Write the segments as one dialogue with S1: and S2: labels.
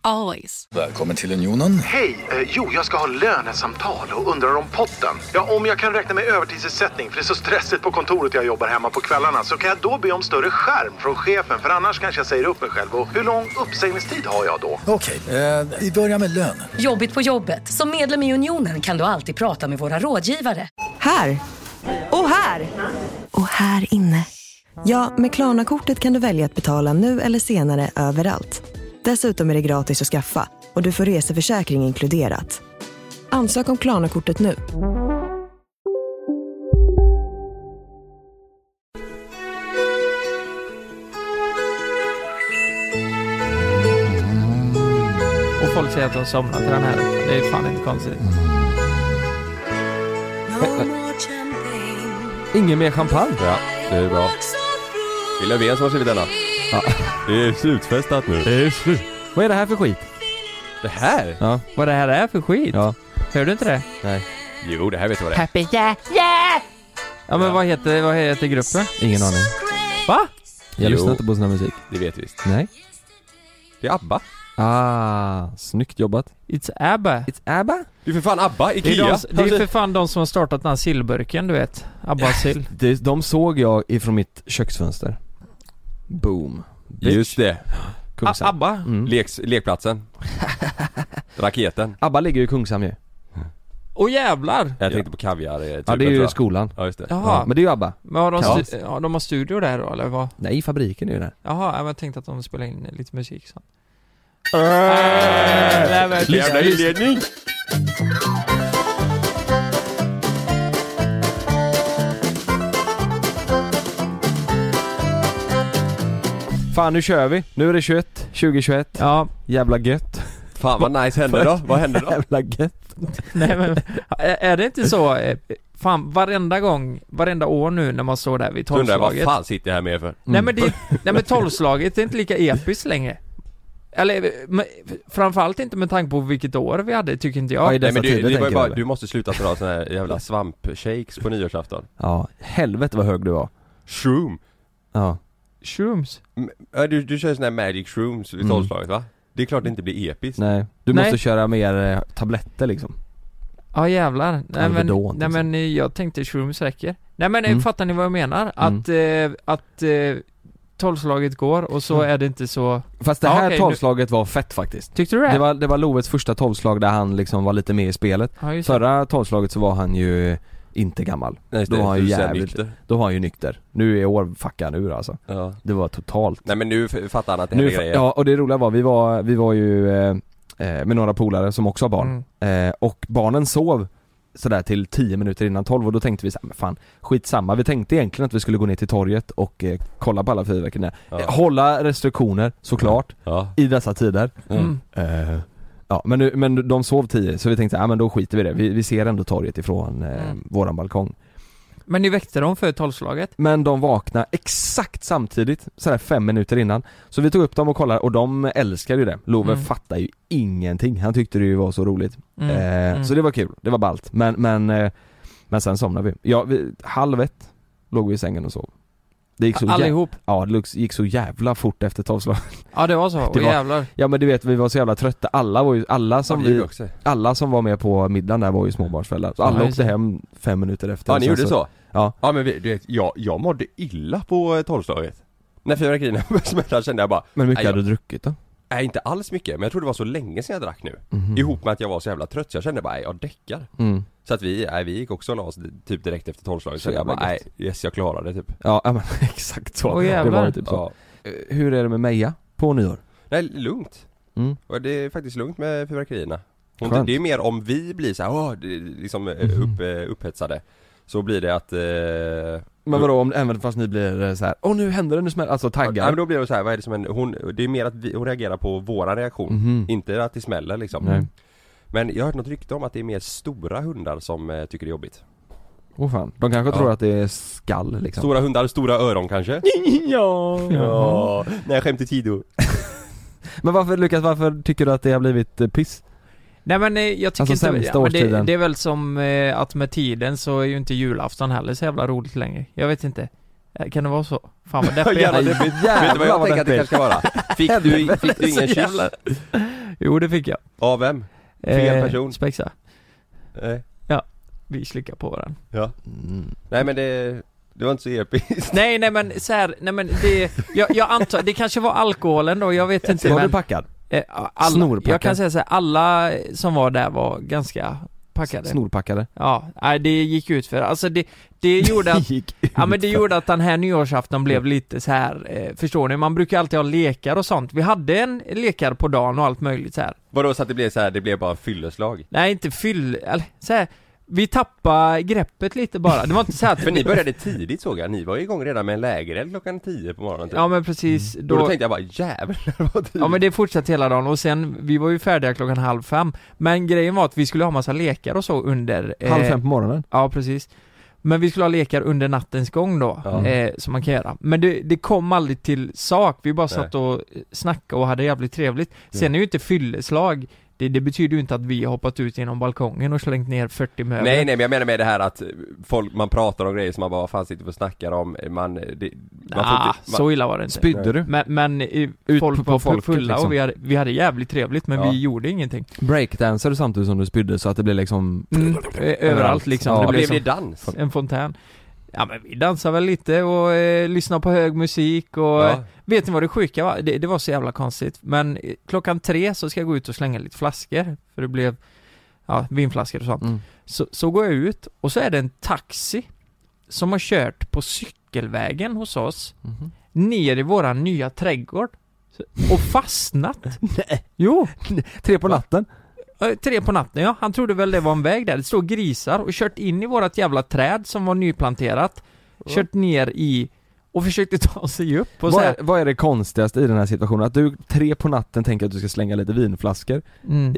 S1: Always.
S2: Välkommen till Unionen.
S3: Hej! Eh, jo, jag ska ha lönesamtal och undrar om potten. Ja, om jag kan räkna med övertidsersättning för det är så stressigt på kontoret jag jobbar hemma på kvällarna så kan jag då be om större skärm från chefen för annars kanske jag säger upp mig själv. Och hur lång uppsägningstid har jag då?
S2: Okej, eh, vi börjar med lön.
S4: Jobbigt på jobbet. Som medlem i Unionen kan du alltid prata med våra rådgivare.
S5: Här. Och här. Och här inne. Ja, med Klarna-kortet kan du välja att betala nu eller senare överallt. Dessutom är det gratis att skaffa och du får reseförsäkring inkluderat. Ansök om Klarna-kortet nu.
S6: Och folk säger att de har somnat till den här. Det är fan inte konstigt.
S7: Mm. Ingen mer champagne?
S8: Ja, det är bra. Det är Löfven som har skrivit denna. Det är slutfestat nu.
S7: Det är slut.
S6: Vad är det här för skit?
S8: Det här?
S6: Ja. Vad det här är för skit?
S7: Ja.
S6: Hör du inte det?
S8: Jo, det här vet jag vad det är.
S6: Happy yeah, yeah! Ja men vad heter, vad heter gruppen?
S7: Ingen aning.
S6: Va?
S8: Jo.
S7: Jag lyssnar inte på sån här musik.
S8: Det vet vi visst.
S7: Nej.
S8: Det är ABBA.
S7: Ah, snyggt jobbat.
S6: It's ABBA.
S7: It's ABBA?
S8: Det är för fan ABBA,
S6: Det är,
S8: IKEA.
S6: de, det
S7: Alltså-
S6: är för fan de som har startat den här sillburken du vet. ABBA sill.
S7: Det, de såg jag ifrån mitt köksfönster. Boom. Bitch.
S8: Just det.
S6: A-
S7: Kungshamn.
S6: ABBA.
S7: Mm.
S8: Leks, lekplatsen. Raketen.
S7: ABBA ligger ju i Kungshamn ju.
S6: Åh jävlar!
S8: Jag tänkte på kaviar eh,
S7: Ja, det är
S8: tror
S7: ju
S8: jag.
S7: skolan.
S8: Ja, just det.
S6: Jaha.
S7: Ja, men det är ju ABBA.
S6: Men har de,
S7: Kaos.
S6: stu- ja, de har studio där då eller vad?
S7: Nej, fabriken är ju där.
S6: Jaha, ja, men jag tänkte att de spelar in lite musik sen. Äh.
S8: Jävla inledning!
S7: Fan, nu kör vi. Nu är det 21, 2021.
S6: Ja,
S7: Jävla gött.
S8: Fan vad nice hände då? Vad hände då?
S7: Jävla gött.
S6: nej men är är det inte så? eh, Fan, varenda gång, varenda år nu när man står där vid
S8: Undrar jag, vad
S6: tolvslaget.
S8: fan sitter jag här med för?
S6: Nej
S7: Mm.
S6: men det, nej men tolvslaget det är inte lika episkt längre. Eller, men, framförallt inte med tanke på vilket år vi hade, tycker inte
S7: Ja, i
S6: jag.
S7: dessa
S8: Nej men du,
S7: tider
S8: det var
S7: tänker
S8: ju
S7: du
S8: bara,
S7: eller?
S8: du måste sluta dra såna här jävla svampshakes på nyårsafton.
S7: Ja, helvete vad hög du var.
S8: Shroom.
S7: Ja.
S6: Shrooms.
S8: M- ja, Du, du kör såna här magic shrooms vid
S7: Mm.
S8: tolvslaget va? Det är klart det inte blir episkt.
S7: Nej. Du
S6: Nej.
S7: måste köra mer eh, tabletter liksom.
S6: Ja jävlar. Nej men,
S7: Alvedon,
S6: nej,
S7: liksom.
S6: men eh, jag tänkte shrooms räcker. Nej men eh,
S7: Mm.
S6: fattar ni vad jag menar? Att, eh, att eh, tolvslaget går och så
S7: Mm.
S6: är det inte så...
S7: Fast det
S6: Ja,
S7: här
S6: okej, nu-
S7: tolvslaget var fett faktiskt.
S6: Tyckte du det?
S7: Det var, det var Loves första tolvslag där han liksom var lite med i spelet.
S6: ja, just det.
S7: Förra tolvslaget så var han ju inte gammal.
S8: Nej, just
S7: Då
S8: det.
S7: var han
S8: Du
S7: ju
S8: är så här
S7: jävligt...
S8: nykter.
S7: Då var han ju nykter. Nu är år fuckar nu alltså.
S8: Ja.
S7: Det var totalt.
S8: Nej men nu f- fattar han att det här
S7: Nu,
S8: är
S7: fa-
S8: grejer.
S7: ja, och det roliga var, vi var, vi var ju eh, eh, med några polare som också har barn.
S6: Mm.
S7: Eh, och barnen sov sådär till 10 minuter innan 12 och då tänkte vi såhär, men fan skitsamma. Vi tänkte egentligen att vi skulle gå ner till torget och eh, kolla på alla fyrverkerierna.
S8: Ja.
S7: Eh, hålla restriktioner såklart,
S8: Ja.
S7: i dessa tider.
S6: Mm.
S7: Eh, ja, men, nu, men de sov 10 så vi tänkte, ja men då skiter vi i det. Vi, vi ser ändå torget ifrån eh,
S6: Mm.
S7: våran balkong.
S6: Men ni väckte dem för tolvslaget?
S7: Men de vaknade exakt samtidigt, sådär fem minuter innan. Så vi tog upp dem och kollade och de älskade ju det. Love
S6: Mm.
S7: fattade ju ingenting, han tyckte det ju var så roligt.
S6: Mm.
S7: eh,
S6: mm.
S7: Så det var kul, det var ballt. Men, men, eh, men sen somnade vi. Ja, vi, halv ett låg vi i sängen och sov. Det gick så, jä-
S6: Allihop?
S7: ja, det lux- gick så jävla fort efter tolvslaget.
S6: Ja det var så,
S7: Det
S6: Åh
S7: var-
S6: jävlar.
S7: Ja men du vet, vi var så jävla trötta. Alla var ju, alla
S8: Som
S7: som,
S8: vi
S7: vi,
S8: också.
S7: alla som var med på middagen där var ju småbarnsföräldrar. Så alla
S6: Ja, just
S7: åkte hem fem minuter efter.
S8: Ja
S7: Och
S8: ni
S7: sen
S8: gjorde så?
S7: Ja.
S8: Ja men vi, du vet, jag, jag mådde illa på eh, tolvslaget. När fyrverkerierna började smälla kände jag bara,
S7: Men hur mycket
S8: Nej, jag-
S7: hade du druckit då?
S8: nej inte alls mycket, men jag tror det var så länge sedan jag drack nu.
S7: Mhm.
S8: Ihop med att jag var så jävla trött så jag kände bara, nej jag däckar.
S7: Mm.
S8: Så att vi, nej vi gick också och la oss typ direkt efter tolvslaget.
S7: Så
S8: Så jag
S7: jävla
S8: bara, nej
S7: gött.
S8: yes jag klarar det typ.
S7: Ja, ja, men exakt så.
S6: Åh,
S7: det
S6: jävlar.
S7: var ju typ så.
S8: Ja.
S7: Eh, Hur är det med Meja på nyår?
S8: Nej lugnt.
S7: Mm.
S8: Och det är faktiskt lugnt med fyrverkerierna. Hon-
S7: Skönt.
S8: Det är mer om vi blir så här, åh, det- liksom eh,
S7: Mhm.
S8: upp, eh, upphetsade. Så blir det att eh,
S7: Men vadå, om, även fast ni blir eh, så här, åh nu händer det, nu smäller alltså
S8: Ja, men
S7: taggar?
S8: då blir det så här, vad är det som händer? Hon, det är mer att vi, hon reagerar på våran reaktion,
S7: Mhm.
S8: inte att det smäller liksom
S7: Nej.
S8: Men jag har hört något rykte om att det är mer stora hundar som eh, tycker det är jobbigt
S7: Åh fan, de kanske
S8: Ja.
S7: tror att det är skall liksom
S8: Stora hundar, stora öron kanske?
S7: ja.
S8: Ja, nej skämt åsido.
S7: Men varför Lukas, varför tycker du att det har blivit eh, piss?
S6: Nej men eh, jag tycker
S7: Alltså,
S6: inte,
S7: sämsta
S6: ja, men det,
S7: årstiden.
S6: det är väl som eh, att med tiden så är ju inte julafton heller så jävla roligt längre. Jag vet inte. Eh, Kan det vara så? Fan vad deppigt.
S8: Jävla deppigt. Vet du vad jag tänker att det kanske ska vara? Fick du, fick du ingen
S6: Så
S8: kyss?
S6: jävla- Jo det fick jag. Eh,
S8: Av vem? Fel person.
S6: Spexa.
S8: Nej.
S6: Vi slickar på varandra.
S8: Nej men det, det var inte så episkt.
S6: Nej nej men så här, nej men det, jag, jag antar, det kanske var alkoholen då, jag vet inte
S7: Var du
S6: men.
S7: packad?
S6: eh, alla,
S7: Snorpackad.
S6: jag kan säga så här, alla som var där var ganska packade.
S7: Snorpackade?
S6: Ja, nej det gick ut för alltså det, det gjorde att
S7: gick
S6: Ja men det gjorde att den här nyårsafton blev lite så här eh, förstår ni? Man brukar alltid ha lekar och sånt. Vi hade en lekar på dagen och allt möjligt så här.
S8: Vadå så att det blev så här, det blev bara fylleslag?
S6: Nej inte fyll, eller så här, vi tappade greppet lite bara. Det var inte så här att
S8: För ni började tidigt såg jag, ni var ju igång redan med en lägereld klockan 10 på morgonen typ.
S6: Ja men precis,
S7: Mm.
S8: då,
S6: då,
S8: då tänkte jag bara jävlar vad tidigt.
S6: Ja men det fortsatte hela dagen och sen, vi var ju färdiga klockan halv fem Men grejen var att vi skulle ha massa lekar och så under eh,
S7: Halv fem på morgonen?
S6: Ja precis Men vi skulle ha lekar under nattens gång då,
S8: Ja.
S6: eh, som man kan göra Men det, det kom aldrig till sak, vi bara
S8: Nej. Mm.
S6: satt och eh, snackade och hade jävligt trevligt Sen är ju inte fylleslag det, det betyder ju inte att vi har hoppat ut genom balkongen och slängt ner 40 möbler
S8: Nej nej men jag menar med det här att folk, man pratar om grejer som man bara vad fan sitter vi och snackar om, man, eh, det, man
S6: nah,
S8: inte-
S6: Ah,
S8: man,
S6: så illa var det inte
S7: Spydde du?
S6: Men, men eh,
S7: Ut
S6: folk
S7: på- på
S6: var
S7: folket,
S6: fulla
S7: liksom.
S6: och vi hade, vi hade jävligt trevligt men
S8: Ja.
S6: vi gjorde ingenting
S7: Breakdansade du samtidigt som du spydde så att det blev liksom
S6: Mm, ö- överallt liksom.
S7: Ja,
S8: ja,
S6: det blev
S8: blev
S6: som
S8: det dans?
S6: en fontän. Ja men vi dansade väl lite och eh, lyssnade på hög musik och eh,
S8: Ja.
S6: vet ni vad det sjuka var? Det, det var så jävla konstigt. Men eh, klockan tre så ska jag gå ut och slänga lite flaskor, för det blev ja, vinflaskor och sånt.
S7: Mm.
S6: Så, så går jag ut och så är det en taxi som har kört på cykelvägen hos oss
S7: Mhm.
S6: ner i våran nya trädgård Så- och fastnat. Jo!
S7: Tre på natten?
S6: Ja, Tre på natten ja, han trodde väl det var en väg där. Det stod grisar och kört in i vårat jävla träd som var nyplanterat. Kört ner i och försökte ta sig upp och så
S7: Vad
S6: här.
S7: är, vad är det konstigaste i den här situationen? Att du tre på natten tänker att du ska slänga lite vinflaskor?
S6: Mm.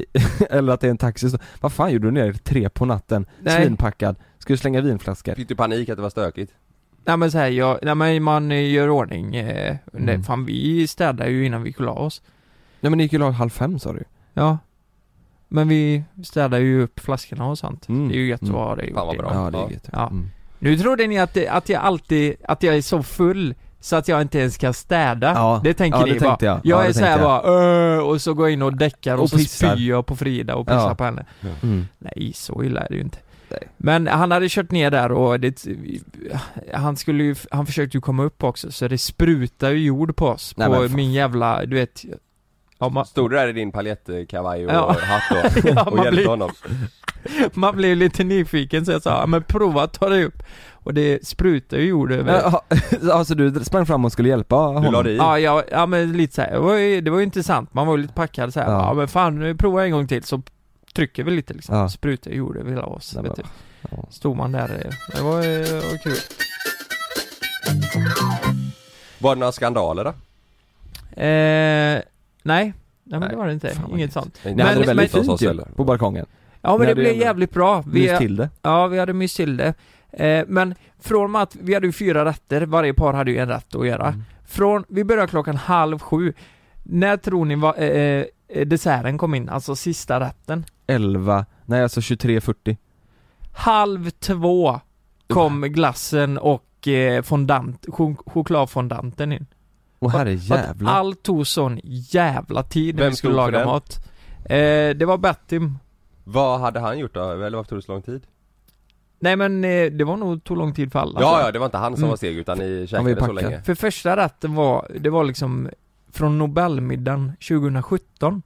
S7: Eller att det är en taxi som... Vad fan gjorde du ner tre på natten?
S6: Nej.
S7: Svinpackad? Ska du slänga vinflaskor?
S8: Fick du panik att det var stökigt?
S6: Nej men så här, jag, nej men man eh, gör ordning. Eh, nej,
S7: Mm.
S6: fan vi städade ju innan vi gick och la oss.
S7: Ja men ni gick ju lag halv fem sa du
S6: Ja. Men vi städade ju upp flaskorna och sånt.
S7: Mm.
S6: Det är ju gött att
S7: Mm.
S6: ha det gjort
S8: Fan, vad bra.
S6: innan.
S7: Ja det är
S8: Ja.
S7: gött
S6: Ja.
S7: Mm.
S6: Nu trodde ni att, det, att jag alltid, att jag är så full så att jag inte ens kan städa.
S7: Ja.
S6: Det tänker
S7: Ja,
S6: ni
S7: det tänkte
S6: bara.
S7: jag. Ja,
S6: är
S7: det
S6: såhär
S7: tänkte
S6: bara "Öh", och så går jag in och däckar och,
S7: Och
S6: så
S7: pissar.
S6: spyr jag på Frida och pissar
S7: Ja.
S6: på henne.
S7: Mm.
S6: Nej, så illa är det ju inte.
S7: Nej.
S6: Men han hade kört ner där och det, han skulle ju, han försökte ju komma upp också så det sprutar ju jord på oss.
S7: Nej,
S6: på
S7: men fan.
S6: min jävla, du vet. Ja, man,
S8: Stod du där i din paljettkavaj och
S6: Ja.
S8: hatt och,
S6: Ja,
S8: och
S6: man
S8: hjälpte
S6: blir-
S8: honom?
S6: man blev lite nyfiken så jag sa, "Ja, men prova att ta dig upp. Och det sprutar ju jord över.
S7: Ja, ja, så du sprang fram och skulle hjälpa honom?
S8: Du la dig i?
S6: Ja, ja, ja men lite så här. Det, var ju, det var ju intressant, man var ju lite packad så här. Ja.
S7: Ja.
S6: men fan, nu provar jag en gång till så trycker vi lite liksom.
S7: Ja.
S6: Sprutar gjorde vi hela oss,
S7: Nej,
S6: vet du.
S7: men- ja.
S6: Stod man där, eh, det var, eh, var kul.
S8: Var det några skandaler då?
S6: Eh, nej. Nej men
S8: Nej,
S6: det var det inte,
S7: fan vad
S6: inget
S7: gött.
S6: sånt.
S8: Nej,
S7: Ni hade
S6: Men-
S7: det
S6: men-
S7: väldigt fint ju, Typ, på balkongen?
S6: Ja men
S7: Ni
S6: det
S7: hade ju
S6: blev
S7: ändå
S6: jävligt bra.
S7: Lyft
S6: Vi,
S7: till det?
S6: ja vi hade myst till det. Eh, men från att, vi hade ju fyra rätter, varje par hade ju en rätt att göra.
S7: Mm.
S6: Från, vi började klockan halv sju. När tror ni va, eh, eh, desserten kom in, alltså sista rätten?
S7: 11, nej alltså 23.40
S6: Halv två kom glassen och eh, fondant, chok- chokladfondanten in.
S7: Åh
S6: För att
S7: herrejävlar
S6: Allt tog sån jävla tid när
S8: Vem
S6: vi skulle
S8: stod för
S6: laga
S8: den?
S6: mat. Eh, det var Bettim.
S8: Vad hade han gjort då? Eller varför tog det så lång tid?
S6: Nej men eh, det var nog, tog lång tid för alla.
S8: Ja, ja, det var inte han som
S6: Mm.
S8: var seg utan ni
S7: Han var
S8: käkade
S7: ju
S8: så
S7: packad.
S8: länge
S6: För första rätten var, det var liksom från Nobelmiddagen 2017.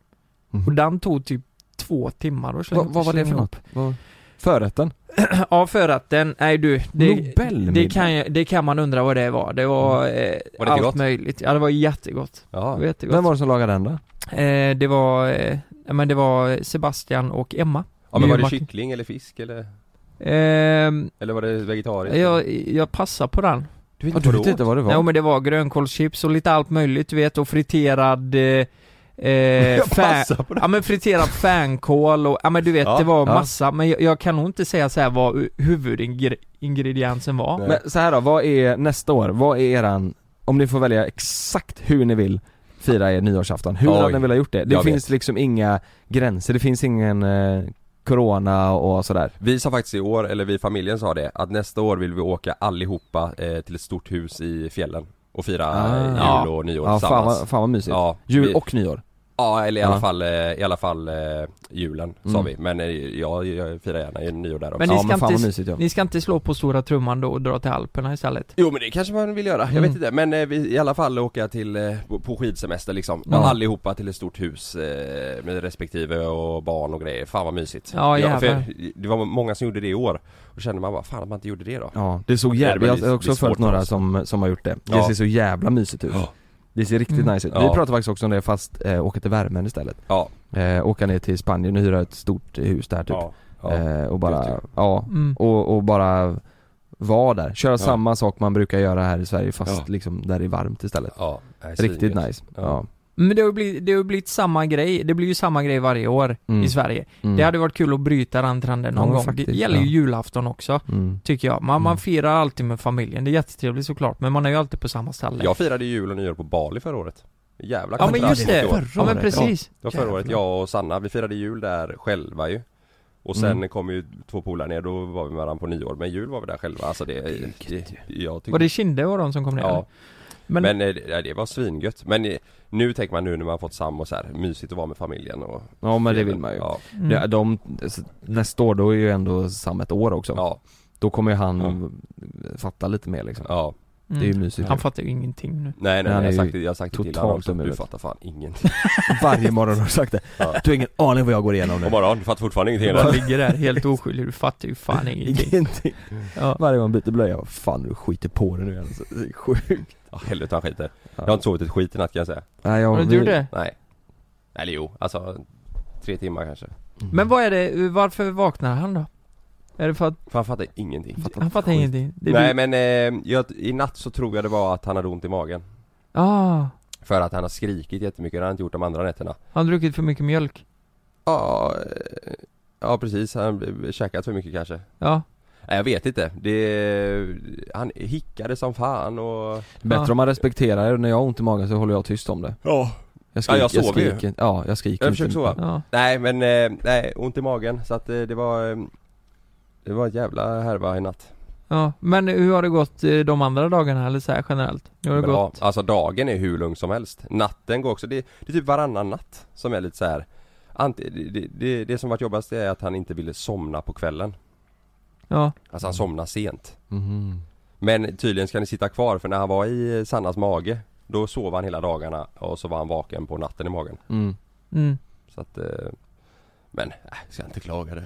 S7: Mhm.
S6: Och den tog typ två timmar och
S7: Vad- Vad var det för något? Vad- Förrätten?
S6: Ja förrätten, nej du. Det,
S7: Nobelmiddag? Mm.
S6: det, kan, jag- det kan man undra vad det var. Det var, eh,
S8: Var det
S6: allt
S8: gott?
S6: möjligt. Ja det var jättegott. Det
S8: Ja,
S6: var jättegott.
S7: Vem var det som lagade den då?
S6: Eh, det var, eh, ja, men det var Sebastian och Emma.
S8: ja men var det
S6: Martin.
S8: kyckling eller fisk eller?
S6: Ehm,
S8: Eller var det vegetariskt?
S6: jag, jag passar på den.
S8: du vet
S7: Ja, du vet inte vad det var?
S6: Nej men det var grönkålschips och lite allt möjligt du vet och friterad eh, eh, fan,
S8: Passa på det.
S6: ja men friterad fänkål och, ja men du vet
S8: Ja,
S6: det var
S7: ja.
S6: massa, men jag, jag kan nog inte säga så här vad u- huvudingrediensen var.
S8: Nej.
S7: Men så här då, vad är nästa år? Vad är eran, om ni får välja exakt hur ni vill fira er nyårsafton, hur
S8: Oj.
S7: hade ni velat gjort det? Det
S8: Jag
S7: finns liksom inga gränser, det finns ingen eh, corona och sådär.
S8: Vi sa faktiskt i år, eller vi i familjen sa det, att nästa år vill vi åka allihopa eh, till ett stort hus i fjällen och fira
S7: Ah.
S8: eh,
S6: Ja.
S8: jul och nyår
S7: Ja, fan
S8: tillsammans.
S7: vad, fan vad mysigt.
S8: Ja,
S7: Jul
S8: vi-
S7: och nyår.
S8: Ja, eller i alla
S7: Ja.
S8: fall, eh, i alla fall eh, julen sa
S7: Mm.
S8: vi. Men eh, jag, jag firar gärna nyår där också.
S6: Men
S7: ja
S6: ni ska
S7: men fan
S6: inte-
S7: vad mysigt ja.
S6: Ni ska inte slå på stora trumman då och dra till Alperna istället?
S8: Jo men det kanske man vill göra, jag
S6: Mm.
S8: vet inte. Men eh, vi, i alla fall åka till, eh, på- på skidsemester liksom.
S6: Ja.
S8: Allihopa till ett stort hus eh, med respektive och barn och grejer. Fan vad mysigt.
S6: Ja, jävlar.
S8: för det var många som gjorde det i år. Och kände man bara, fan att man inte gjorde det då.
S7: Ja, det såg
S8: Det är
S7: jävligt,
S8: väldigt-
S7: jag har
S8: det
S7: också
S8: är svårt
S7: följt
S8: för
S7: några
S8: oss.
S7: som, som har gjort det. Det
S8: Ja.
S7: ser så jävla mysigt ut.
S8: Ja.
S7: Det ser riktigt
S6: Mm.
S7: nice ut. Vi
S8: Ja.
S7: pratade faktiskt också om det fast eh, åka till värmen istället.
S8: Ja.
S7: Eh, åka ner till Spanien och hyra ett stort hus där typ.
S8: Ja. Ja.
S7: eh, och
S8: just
S7: bara, ja,
S6: Mm.
S7: och, och bara vara där. Köra
S8: Ja.
S7: samma sak man brukar göra här i Sverige fast
S8: Ja.
S7: liksom där det är varmt istället.
S8: ja. Nej,
S7: Riktigt
S8: svingött.
S7: nice.
S8: Ja.
S7: Ja.
S6: Men det har ju blivit, det har ju blivit samma grej, det blir ju samma grej varje år
S7: Mm.
S6: i Sverige.
S7: Mm.
S6: Det hade varit kul att bryta den trenden någon
S7: Ja,
S6: gång. det
S7: faktiskt,
S6: gäller ju
S7: ja.
S6: julafton också,
S7: Mm.
S6: tycker jag. Man,
S7: Mm.
S6: man firar alltid med familjen, det är jättetrevligt såklart, men man är ju alltid på samma ställe.
S8: Jag firade jul och nyår på Bali förra året. Jävla
S6: ja men
S8: kontrast
S6: just
S8: mot i
S6: det,
S8: år.
S6: ja men
S7: året,
S6: precis.
S8: Det var förra året,
S6: Jävlar.
S8: jag och Sanna, vi firade jul där själva ju Och sen
S7: Mm.
S8: kom ju två polare ner, då var vi med varandra på nyår Men jul var vi där själva, alltså det... det jag tycker,
S6: Var det Kinde och de som kom ner? eller?
S8: Ja,
S6: men,
S8: men, eh, det, det var svingött Men eh, nu tänker man nu när man har fått sambo så här, mysigt att vara med familjen och...
S7: ja men det vill man ju.
S8: Ja,
S6: mm.
S7: Ja, de, nästa år då är ju ändå Sam ett år också.
S8: ja,
S7: Då kommer ju han fatta lite mer liksom.
S8: ja.
S6: mm.
S7: Det är ju mysigt.
S6: Han fattar ju ingenting nu.
S8: Nej nej,
S7: Han
S8: nej jag
S7: är
S8: har sagt
S7: ju
S8: det, jag har sagt det till honom
S7: totalt
S8: också,
S7: dum
S8: du
S7: i huvudet.
S8: fattar fan ingenting
S7: Varje morgon har du sagt det.
S8: Ja.
S7: Du har ingen aning vad jag går igenom nu.
S8: Och bara, "Ja, du fattar fortfarande ingenting
S6: Han
S8: eller?
S6: ligger där helt oskyldig, du fattar ju fan ingenting.
S7: Ingenting.
S6: Ja.
S7: Varje gång man byter blöja, vad fan du skiter på dig nu alltså. Det är sjukt.
S8: Ja, helvete han skiter Jag har
S7: Ja.
S8: inte sovit ett skit i natt kan jag säga
S7: Nej, jag,
S6: Har du
S7: vi-
S6: gjort det?
S8: Nej Eller jo, alltså tre timmar kanske
S6: Men vad är det, varför vaknar han då? Är det för att,
S8: Fan jag fattar ingenting
S6: han fattar
S7: skit.
S6: ingenting? Det är du-
S8: Nej men eh, jag, i natt så tror jag det var att han hade ont i magen
S6: Ah,
S8: För att han har skrikit jättemycket, det har han inte gjort de andra nätterna
S6: han har druckit för mycket mjölk.
S8: Ja, eh, ja precis, han har käkat för mycket kanske
S6: Ja.
S8: Nej jag vet inte, det... Han hickade som fan och...
S7: Mm. Bättre
S6: Ja.
S7: om man respekterar det. När jag har ont i magen så håller jag tyst om det.
S8: Ja
S7: Jag
S8: Ja, jag sover ju.
S7: skriker, Ja, jag skriker
S8: Jag
S7: inte.
S8: försöker sova.
S6: Ja.
S8: Nej men, eh, nej, ont i magen så att eh, det var... eh, Det var en jävla härva i natt
S6: ja. Men hur har det gått eh, de andra dagarna eller så här generellt? Nu har det
S8: Bra.
S6: gått...
S8: Alltså dagen är hur lugn som helst Natten går också, det, det är typ varannan natt som är lite så här. Ante, det, det, det, det som varit jobbigast är att han inte ville somna på kvällen
S6: Ja.
S8: Alltså han somnar sent
S7: Mhm.
S8: Men tydligen ska ni sitta kvar för när han var i eh, Sannas mage Då sov han hela dagarna och så var han vaken på natten i magen
S7: Mm.
S6: Mm.
S8: Så att eh, Men, äh, ska inte klaga det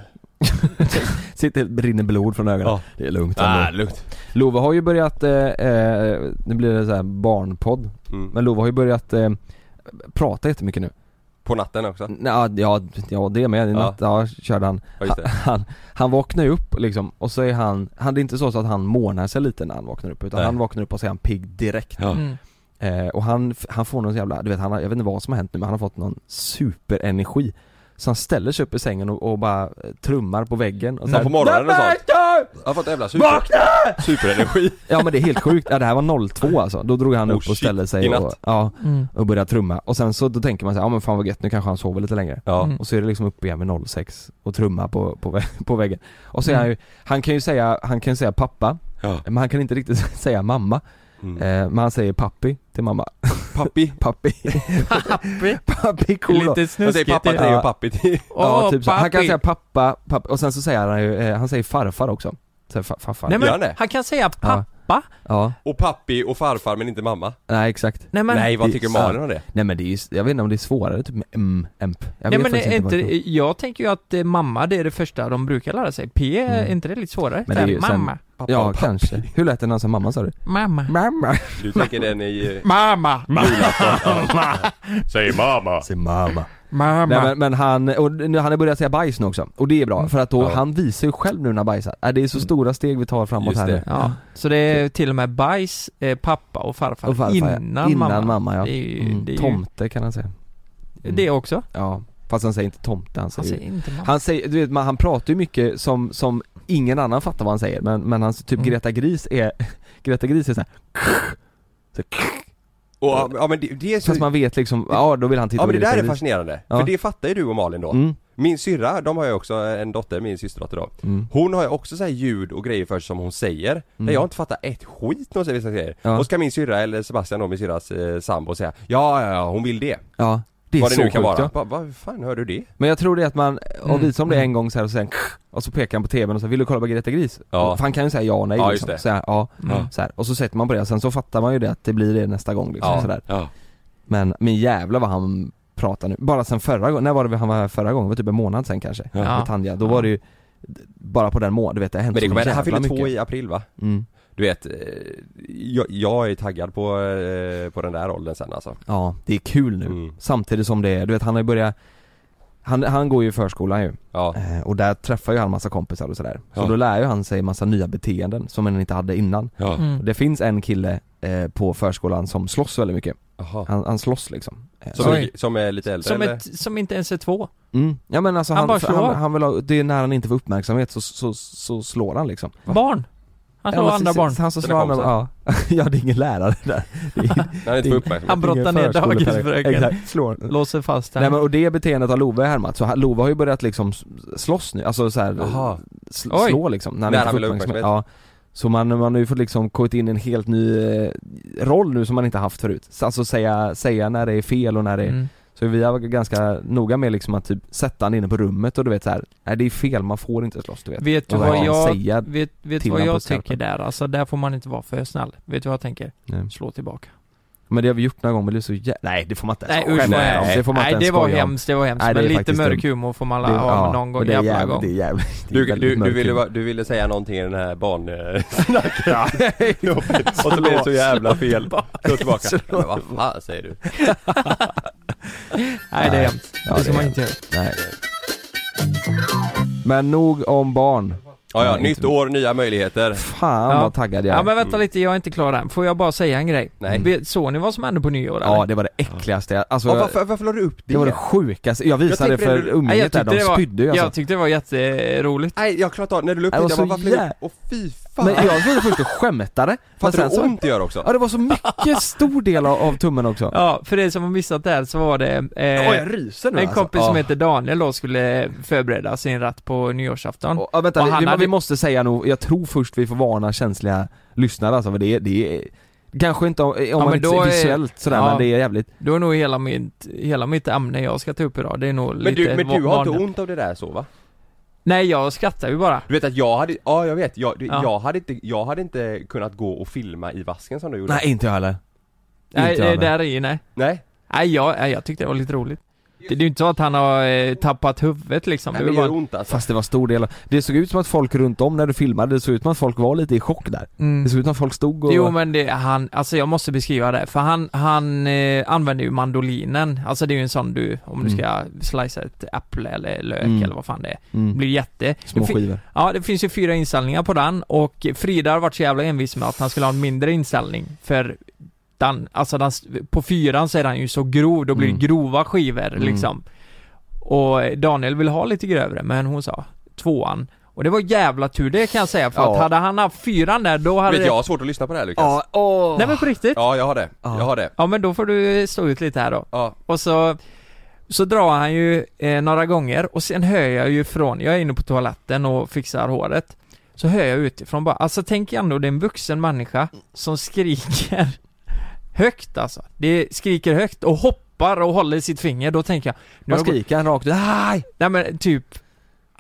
S7: Sitter, brinner blod från ögonen.
S8: Ja.
S7: Det är lugnt ändå.
S8: Ah, lugnt
S7: Love har ju börjat, eh, eh, nu blir det så här barnpodd.
S8: mm.
S7: Men Love har ju börjat eh, prata jättemycket nu.
S8: På natten också?
S7: Ja, ja, ja det med. I
S8: Ja.
S7: natt ja. körde han.
S8: Ja just det
S7: Han, han vaknar ju upp liksom och så är han, han det är inte så, så att han månar sig lite när han vaknar upp utan
S8: Nej.
S7: han vaknar upp och så är han pigg direkt.
S8: Ja.
S6: Mm.
S7: Eh, och han, han får någon jävla, du vet han, har- jag vet inte vad som har hänt nu men han har fått någon superenergi. Så han ställer sig upp i sängen och, och bara eh, trummar på väggen och
S8: Ja, på morgonen och sånt. Jag har fått jävla super,
S7: Vakna!
S8: superenergi
S7: Ja men det är helt sjukt, ja, det här var 02 alltså. Då drog han
S8: Oh,
S7: upp och
S8: shit.
S7: ställde sig
S8: I natt?
S7: och, ja,
S6: Mm.
S7: och började trumma. Och sen så då tänker man sig, ja men fan vad gött, nu kanske han sover lite längre.
S8: Ja,
S6: Mm.
S7: Och så är det liksom uppe igen med 06 och trumma på, på, vä- på väggen. Och så är
S6: Mm.
S7: han ju, han kan ju säga, han kan ju säga pappa,
S8: ja.
S7: men han kan inte riktigt säga mamma.
S8: Mm.
S7: Eh, men han säger pappi till mamma.
S8: Pappi
S7: Pappi.
S6: Pappi.
S7: pappi cool.
S6: Lite
S8: Jag säger
S6: snuskigt.
S8: pappa till
S6: ja.
S8: dig och pappi till
S7: Ja,
S6: Åh,
S7: typ så. Han kan
S6: pappi.
S7: säga pappa, pappa, och sen så säger han ju, eh, han säger farfar också. Så här, fa- farfar.
S6: Nej
S8: Gör han
S6: men,
S8: det?
S6: han kan säga pappa.
S7: Ja,
S8: Och pappi och farfar men inte mamma
S7: nej exakt.
S6: Nej men,
S8: Nej vad
S7: det-
S8: tycker Malin om det?
S7: Nej men det är ju, jag vet inte om det är svårare typ med mm, emp. Jag
S6: nej,
S7: vet
S6: men
S7: faktiskt
S6: är
S7: vad
S6: inte,
S7: det är.
S6: jag tänker ju att eh, mamma det är det första de brukar lära sig. P, är
S7: Mm.
S6: inte det lite svårare?
S7: Men det är
S6: Så
S7: ju
S6: här,
S7: sen-
S6: mamma.
S8: Pappa
S7: Ja
S8: och pappi.
S7: kanske. Hur lät det när han sa mamma sa du?
S6: Mamma.
S7: Mamma.
S8: Du tänker den i...
S6: Mamma.
S8: Säg mamma!
S7: Säg mamma. Nej,
S6: Mamma.
S7: men, men han, och nu, han har börjat säga bajs nu också. Och det är
S6: Mm.
S7: bra, för att då,
S8: Ja.
S7: han visar ju själv nu när han bajsar. Äh, det är så stora steg vi tar framåt
S8: Just
S7: här
S8: det.
S7: nu.
S6: Ja, så det är till och med bajs, eh, pappa och farfar,
S7: Och farfar, ja.
S6: innan,
S7: innan
S6: mamma.
S7: mamma ja.
S6: Det är ju,
S7: Mm,
S6: det är ju,
S7: Tomte kan han säga.
S6: det också.
S7: Ja, fast han säger inte tomte, han
S6: Han
S7: säger,
S6: säger inte mamma.
S7: han säger du vet, man, han pratar ju mycket som, som ingen annan fattar vad han säger men, men han, typ
S6: Mm.
S7: Greta Gris är, Greta Gris är såhär
S8: Och, ja, men- ja men det, det är så...
S7: Fast man vet liksom, ja då vill han titta
S8: ja men det
S7: på Greta
S8: där är
S7: Gris.
S8: fascinerande.
S7: Ja.
S8: För det fattar ju du och Malin då.
S7: Mm,
S8: Min syrra, de har ju också en dotter, min systerdotter då.
S7: mm.
S8: Hon har ju också så här ljud och grejer för sig som hon säger. Där jag inte fattar ett skit när hon säger vissa grejer.
S7: Ja.
S8: Och ska min syrra eller Sebastian då, min syrras eh, sambo säga ja, ja, ja, hon vill det.
S7: Ja, det är
S8: Vad det
S7: så
S8: nu kan
S7: sjukt
S8: vara.
S7: ja.
S8: Va, va, hur fan hör du det?
S7: Men jag tror det är att man, om
S6: Mm,
S7: vi som det
S6: mm.
S7: en gång så här och sen och så pekar han på tvn och så vill du kolla på Greta Gris?
S8: Ja.
S7: För han kan ju säga ja och nej
S8: Ja, just
S7: liksom.
S8: det.
S7: så här, ja,
S6: Mm.
S7: så här. Och så sätter man på det och sen så fattar man ju det att det blir det nästa gång liksom, sådär.
S8: ja.
S7: Men, men jävla vad han pratar nu. Bara sen förra gången, när var det han var här förra gången? Det var typ en månad sen kanske?
S8: Ja.
S7: Med Tanja, då var det ju bara på den månaden, du vet det har hänt
S8: Men det
S7: så
S8: kommer, han
S7: jävla
S8: fyller
S7: mycket.
S8: två i april va?
S7: Mm.
S8: Du vet, eh, jag, jag är taggad på, eh, på den där åldern sen alltså.
S7: Ja, det är kul nu.
S8: Mm.
S7: Samtidigt som det är, du vet han har ju börjat han, han går ju i förskolan ju,
S8: Ja.
S7: eh, och där träffar ju han massa kompisar och sådär. Så
S8: Ja.
S7: då lär ju han sig massa nya beteenden som han inte hade innan.
S8: Ja.
S6: Mm.
S7: Det finns en kille eh, på förskolan som slåss väldigt mycket.
S8: Jaha.
S7: Han, han slåss liksom. Eh,
S8: Som,
S7: så-
S8: är, som är lite äldre
S6: Som,
S8: eller?
S6: ett, som inte ens är två.
S7: mm. Ja men alltså
S6: Han
S7: han,
S6: bara
S7: för
S6: slår.
S7: han, han vill ha, det är när han inte får uppmärksamhet så, så, så slår han liksom.
S6: Barn. Han slår
S7: Ja,
S6: andra
S7: så-
S6: barn.
S7: Han som
S8: Sina
S7: slår andra barn, ja. ja det är ingen lärare där. Det är,
S8: När han inte får uppmärksamhet.
S6: Han brottar
S7: ingen
S6: ner
S7: förskolepedagog.
S6: dagisfröken.
S7: Exakt, slår.
S6: Låser fast
S7: Nej men
S6: henne.
S7: och det beteendet har Love härmat, så han- Love har ju börjat liksom s- slåss nu, alltså så här,
S8: Jaha.
S7: sl-
S6: Oj.
S7: slå liksom när han
S8: När
S7: inte
S8: han
S7: får
S8: vill ha
S7: uppmärksamhet. Ja. Så man, man har ju fått liksom kommit in i en helt ny eh, roll nu som man inte haft förut. Så Alltså säga, säga när det är fel och när det är...
S6: Mm.
S7: Så vi har varit ganska noga med liksom att typ sätta han inne på rummet och du vet så här. nej det är fel, man får inte slåss du vet.
S6: Vet du
S7: Och
S6: vad
S7: verkligen
S6: jag,
S7: säga
S6: vet, vet
S7: till
S6: vad
S7: honom på
S6: jag
S7: skarpen.
S6: tycker där? Alltså där får man inte vara för snäll. Vet du vad jag tänker?
S7: Nej.
S6: Slå tillbaka.
S7: Men det har vi gjort några gånger, men det är så jä... Nej det får man inte
S6: Nej
S7: ens
S6: usch
S7: skämma om.
S6: nej.
S7: Det får man
S6: Nej
S7: inte
S6: det
S7: ens
S6: var
S7: skoja om.
S6: hemskt, det var hemskt.
S7: Nej, det
S6: men
S7: är
S6: lite
S7: faktiskt
S6: mörk
S7: dumt.
S6: humor får man
S7: Det-
S6: alla ha
S7: ja,
S6: med någon gång,
S7: och det är
S6: jävla
S7: jävligt-
S6: gång.
S7: Det är jävligt, det är
S8: Du,
S7: väldigt
S8: du, du,
S7: mörkt
S8: ville,
S7: humor.
S8: bara- du ville säga någonting i den här barn... Ja. och så blev det så jävla fel. Slå tillbaka. Men vad fan säger du?
S6: Nej det är
S7: Nej.
S6: hemskt.
S7: Ja,
S6: det ska
S7: det är
S6: man inte göra.
S7: Nej. Men nog om barn.
S8: Ja, ja,
S7: Nej,
S8: nytt
S7: inte- Alltså,
S8: år, nya möjligheter.
S7: Fan
S6: Ja.
S7: vad taggad jag är.
S6: Ja men vänta lite, jag är inte klar än. Får jag bara säga en grej?
S8: Nej.
S6: Vet- Såg ni vad som hände på nyår eller?
S7: ja det var det äckligaste jag, alltså,
S8: Ja,
S7: jag-
S8: varför, varför la du upp det?
S7: det var det sjukaste, jag visade
S8: Jag tänkte
S7: det för
S8: det-
S6: Nej,
S7: umgänget där, de
S6: det var,
S7: spydde ju
S6: Jag
S7: alltså.
S6: tyckte det var jätteroligt.
S8: Nej, jag klarade av när du la upp det.
S7: Det var
S8: Jag bara, varför
S7: så
S8: la du
S7: jä-
S8: upp Åh fy fan.
S7: Men jag trodde först och skämtade, men
S8: Fattar
S7: sen
S8: du hur
S7: så,
S8: ont det gör
S7: ja
S8: också?
S7: det var så mycket stor del av, av tummen också.
S6: Ja, för er som har missat det här så var det
S7: Åh,
S6: eh,
S7: ryser
S6: en
S7: alltså.
S6: kompis som
S7: Ja.
S6: heter Daniel då skulle förbereda sin ratt på nyårsafton.
S7: Och- Ja, vänta,
S6: Och
S7: vi,
S6: han
S7: vi,
S6: hade-
S7: vi måste säga nog, jag tror först vi får varna känsliga lyssnare alltså, för det, är- det är Kanske inte om, om man
S6: men
S7: inte
S6: då
S7: ser
S6: är-
S7: visuellt sådär
S6: ja.
S7: men det är jävligt
S6: Då är nog hela mitt, hela mitt ämne jag ska ta upp idag, det är nog
S8: Men
S6: lite
S8: du, men du
S6: va-
S8: har inte
S6: vanligt.
S8: ont av det där så va?
S6: Nej, jag skrattar ju bara.
S8: Du vet att jag hade, ja jag vet, jag, det-
S6: Ja.
S8: jag, hade, inte, jag hade inte kunnat gå och filma i vasken som du gjorde
S7: Nej inte jag heller
S6: Nej,
S7: Inte jag
S6: eh,
S7: heller.
S6: där i, nej.
S8: Nej?
S6: Nej, jag, nej, jag tyckte det var lite roligt. Det, det är ju inte så att han har eh, tappat huvudet liksom.
S8: Nej
S6: det
S8: men det
S6: var
S8: gör
S6: bara...
S8: ont alltså
S7: Fast det var stor del av, det såg ut som att folk runt om när du filmade, det såg ut som att folk var lite i chock där
S6: mm.
S7: Det såg ut som att folk stod och...
S6: Jo men det, han, alltså jag måste beskriva det, för han, han eh, använder ju mandolinen, alltså det är ju en sån du, om du
S7: Mm.
S6: ska slicea ett äpple eller lök
S7: Mm.
S6: eller vad fan det är, det
S7: mm.
S6: blir jätte.
S7: Små
S6: det, fi-
S7: skivor
S6: ja det finns ju fyra inställningar på den och Frida har varit så jävla envis med att han skulle ha en mindre inställning för den, alltså den, på fyran så är den ju så grov, då blir det
S7: Mm.
S6: grova skivor
S7: Mm.
S6: liksom. Och Daniel vill ha lite grövre men hon sa tvåan. Och det var jävla tur det kan jag säga för
S7: Ja.
S6: att hade han haft fyran där då hade
S8: Vet
S6: det...
S8: jag har svårt att lyssna på det här Lukas
S7: Ja, åh!
S6: Nej men på riktigt.
S8: Ja jag har det,
S7: Ja.
S8: jag har det
S6: Ja men då får du stå ut lite här då.
S8: Ja,
S6: Och så, så drar han ju eh, några gånger och sen hör jag ju från, jag är inne på toaletten och fixar håret. Så hör jag utifrån bara, alltså tänk ändå det är en vuxen människa som skriker högt alltså. Det skriker högt och hoppar och håller sitt finger, då tänker jag, nu
S7: Man
S6: har jag gått,
S7: skriker han rakt ut, aj!
S6: nej men typ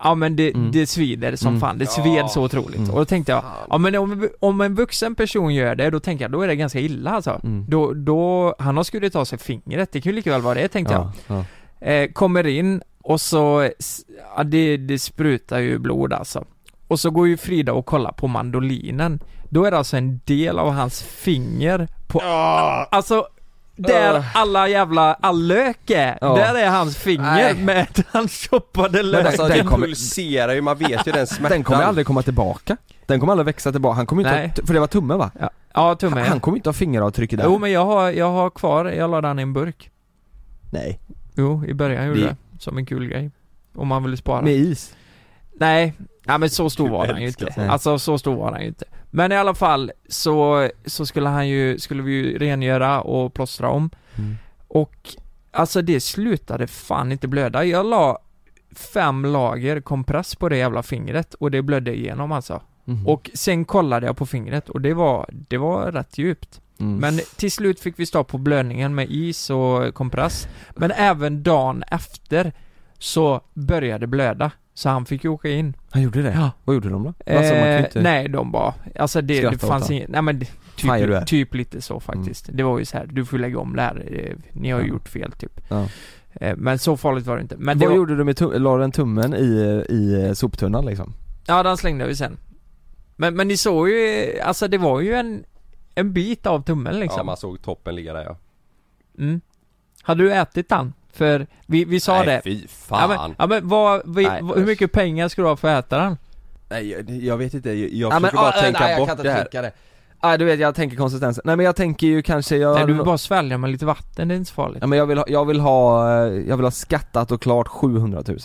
S6: Ja men det,
S7: Mm.
S6: det svider som
S7: Mm.
S6: fan, det
S8: Ja.
S6: sved så otroligt.
S7: Mm.
S6: Och då tänkte jag,
S8: Fan.
S6: ja men om, om en vuxen person gör det, då tänker jag, då är det ganska illa alltså.
S7: Mm.
S6: Då, då, han har skurit av sig fingret, det kan ju lika väl vara det tänkte jag.
S7: Ja, ja.
S6: Eh, kommer in och så, s- ja, det, det sprutar ju blod alltså. Och så går ju Frida och kollar på mandolinen. Då är det alltså en del av hans finger på, alltså där alla jävla, all lök är,
S7: Ja.
S6: där är hans finger
S7: Nej.
S6: med den choppade
S7: Men
S6: löken.
S7: alltså,
S8: den
S7: den kommer,
S8: pulserar ju, man vet ju den smärtan
S7: den kommer aldrig komma tillbaka Den kommer aldrig växa tillbaka, han kommer inte
S6: Nej.
S7: ha, för det var tummen va?
S6: Ja, ja tummen
S7: Han
S6: ja.
S7: kommer inte ha fingeravtryck där
S6: Jo men jag har, jag har kvar, jag la den i en burk.
S7: Nej
S6: Jo, i början gjorde
S7: Det-
S6: det. Som en kul grej. Om man ville spara.
S7: Med is?
S6: Nej, nej men så stor var han ju
S8: Älskar
S6: inte.
S7: sånt.
S6: Alltså så stor var han ju inte. Men i alla fall så, så skulle han ju, skulle vi ju rengöra och plåstra om.
S7: Mm.
S6: Och alltså det slutade fan inte blöda. Jag la fem lager kompress på det jävla fingret och det blödde igenom alltså.
S7: Mm. Mhm.
S6: Och sen kollade jag på fingret och det var, det var rätt djupt.
S7: Mm.
S6: Men till slut fick vi stopp på blödningen med is och kompress Men även dagen efter så började det blöda Så han fick ju åka in
S7: han gjorde det?
S6: Ja.
S7: Vad gjorde de då? Alltså, man kan ju
S6: eh,
S7: inte...
S6: Nej de bara, alltså det, det
S7: Skratta åt
S6: fanns
S7: han.
S6: inget, nej men det-
S7: Fan, gör du här?
S6: typ, typ lite så faktiskt Det var ju så här, du får lägga om det här, eh, ni har ju
S7: Ja.
S6: gjort fel typ
S7: Ja.
S6: Eh, Men så farligt var det inte men det
S7: Vad
S6: var,
S7: gjorde du med tum- la den tummen i, i soptunnan liksom?
S6: Ja den slängde vi sen Men, men ni såg ju, alltså det var ju en, en bit av tummen liksom
S8: Ja, man såg toppen ligga där ja.
S6: Mm. Hade du ätit den? För vi, vi sa
S8: Nej,
S6: det.
S8: fy
S6: Ja
S8: fan.
S6: men, ja, men vad, vi,
S8: Nej,
S6: vad, hur
S8: usch.
S6: mycket pengar ska du ha för att äta den?
S8: Nej, jag, jag vet inte. Jag, jag
S7: Ja, ah,
S8: försöker bara tänka bort det här.
S7: det. Nej du vet, jag tänker konsistensen. Nej men jag tänker ju kanske jag...
S6: Nej du vill bara svälja med lite vatten, det är inte så farligt.
S7: Ja, men jag vill, ha, jag vill ha, eh, jag vill ha skattat och klart 700 000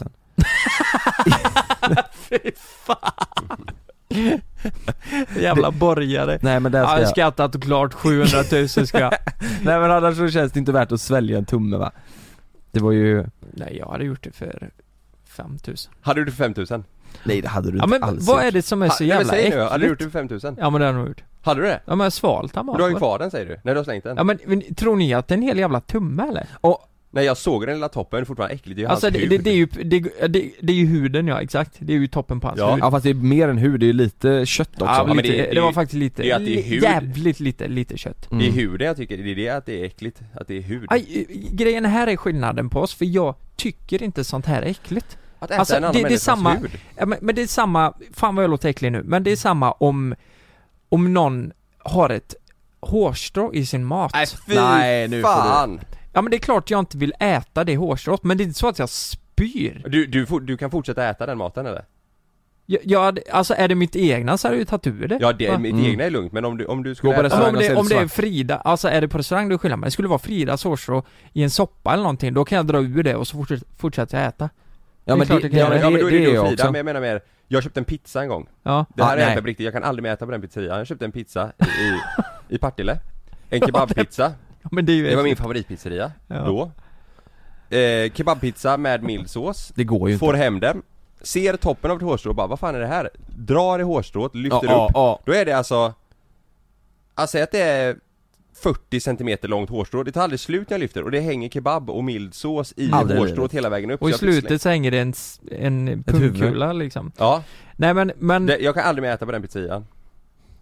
S6: Jävla borgare.
S7: Nej men där ska
S6: Ja,
S7: jag...
S6: skattat och klart 700 000 ska jag.
S7: Nej men annars så känns det inte värt att svälja en tumme va? Det var ju...
S6: Nej jag hade gjort det för 5000.
S8: Hade du det för 5000?
S7: Nej det hade du
S6: Ja men vad är det som är så jävla
S8: säg nu,
S6: äckligt?
S8: hade du gjort det för 5000?
S6: Ja men det har jag nog gjort.
S8: Hade du det?
S6: Ja men jag har svalt den bara.
S8: Du har ju kvar den säger du? När du har slängt den?
S6: Ja men men tror ni att det är en hel jävla tumme eller?
S8: Nej jag såg den lilla toppen, det är fortfarande äckligt, det är ju
S6: Alltså
S8: hans
S6: det,
S8: hud.
S6: det, det är ju, det, det, det är ju huden ja exakt. Det är ju toppen på hans
S8: Ja.
S6: hud.
S7: Ja fast det är mer än hud, det är ju lite kött också
S6: Ja,
S8: men
S6: lite,
S8: det
S6: det,
S8: är-
S6: var
S8: det-
S6: faktiskt lite,
S8: det är att det är hud.
S6: jävligt lite, lite kött.
S8: Det är
S7: Mm.
S8: huden jag tycker, det är det att det är äckligt, att det är hud.
S6: Aj, eh, grejen här är skillnaden på oss, för jag tycker inte sånt här är äckligt.
S8: att äta
S6: alltså,
S8: en annan
S6: det- det är
S8: människas
S6: samma-
S8: hud.
S6: Ja, men, men det är samma, fan vad jag låter äcklig nu, men det är samma om, om någon har ett hårstrå i sin mat.
S8: Nej fy
S7: Nej, nu får du-
S8: fan!
S6: Ja men det är klart jag inte vill äta det hårstrået, men det är inte så att jag spyr.
S8: Du, du, får- du kan fortsätta äta den maten eller?
S6: Jag, jag, hade- alltså är det mitt egna så hade jag ju tagit ur det.
S8: Ja det,
S6: Va?
S8: mitt
S7: Mm.
S8: egna är lugnt men om du, om du
S7: Gå på
S8: skulle äta...
S6: Ja,
S7: restaurang.
S6: men om, det,
S7: Restaurang
S6: om det är
S7: och
S6: Frida, alltså är det på restaurang då är skillnad, men det skulle vara Fridas hårstrå i en soppa eller någonting, då kan jag dra ur det och så fortsätter, fortsätter jag äta.
S7: Ja men
S6: klart
S7: det,
S6: det kan
S7: ja,
S8: Ja
S6: jag
S7: men
S8: men, ja, men då är
S7: det,
S8: det,
S7: det
S8: du
S7: är
S8: och
S7: jag
S8: Frida
S7: också
S8: men jag menar mer, jag köpte en pizza en gång.
S6: Ja.
S8: Det här
S7: Ah,
S8: är
S7: nej.
S8: inte på riktigt, jag kan aldrig mer äta på den pizzerian. Jag köpte en pizza i, i Partille. En kebabpizza.
S6: Ja, Men det är ju
S8: Det var min favoritpizzeria,
S6: Ja.
S8: då. Eh, kebabpizza med mild sås.
S7: Det går ju inte
S8: Får hem den, ser toppen av ett hårstrå och bara vad fan är det här? Drar i hårstrået, lyfter upp.
S7: ja, ja.
S8: Då är det alltså, alltså att det är 40 cm långt hårstrå, det tar aldrig slut när jag lyfter och det hänger kebab och mild sås i
S7: Aldrig i
S8: hårstrået hela vägen upp
S6: Och i
S8: så jag fick slänga-
S6: slutet så hänger det en, s- en
S7: huvud.
S6: pungkula liksom.
S8: Ja,
S6: Nej men, men
S8: det, jag kan aldrig mer äta på den pizzerian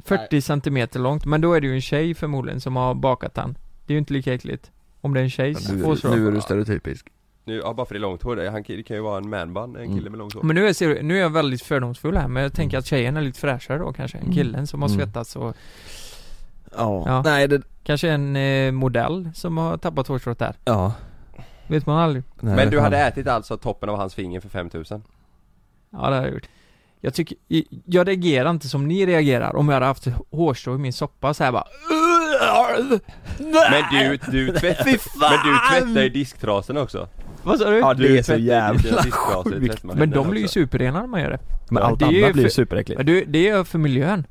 S6: 40 centimeter långt, men då är det ju en tjej förmodligen som har bakat den. Det är ju inte lika äckligt. Om det är en tjej som får så.
S7: är du stereotypisk
S8: Nu, ja bara för det är långt hår, det- han, det kan ju vara en manbun, en kille med långt hår
S6: Men nu är, ser du, nu är jag väldigt fördomsfull här, men jag tänker att tjejen är lite fräschare då kanske, än killen som har
S7: Mm.
S6: svettats och
S7: Ja,
S6: Ja.
S7: nej det,
S6: kanske en eh, modell som har tappat hårstrået där.
S7: ja
S6: Vet man aldrig.
S7: nej,
S8: Men
S7: det
S8: du
S7: fan.
S8: hade ätit alltså toppen av hans finger för 5000?
S6: Ja det har jag gjort. Jag tycker, jag reagerar inte som ni reagerar om jag hade haft hårstrå i min soppa så här bara
S8: Men du, du tvätt, men du tvättar ju disktrasen också
S6: Vad sa du?
S7: Ja det
S8: Du
S7: är så
S8: tvättar ju dina
S7: jävla
S8: disktraser i
S7: sjukt
S8: tvättmaskinen
S6: Men de blir ju
S8: också.
S6: superrena när man gör det.
S7: Men allt
S6: det är ju
S7: annat blir ju
S6: för-
S7: superäckligt
S6: Men du, det är för miljön.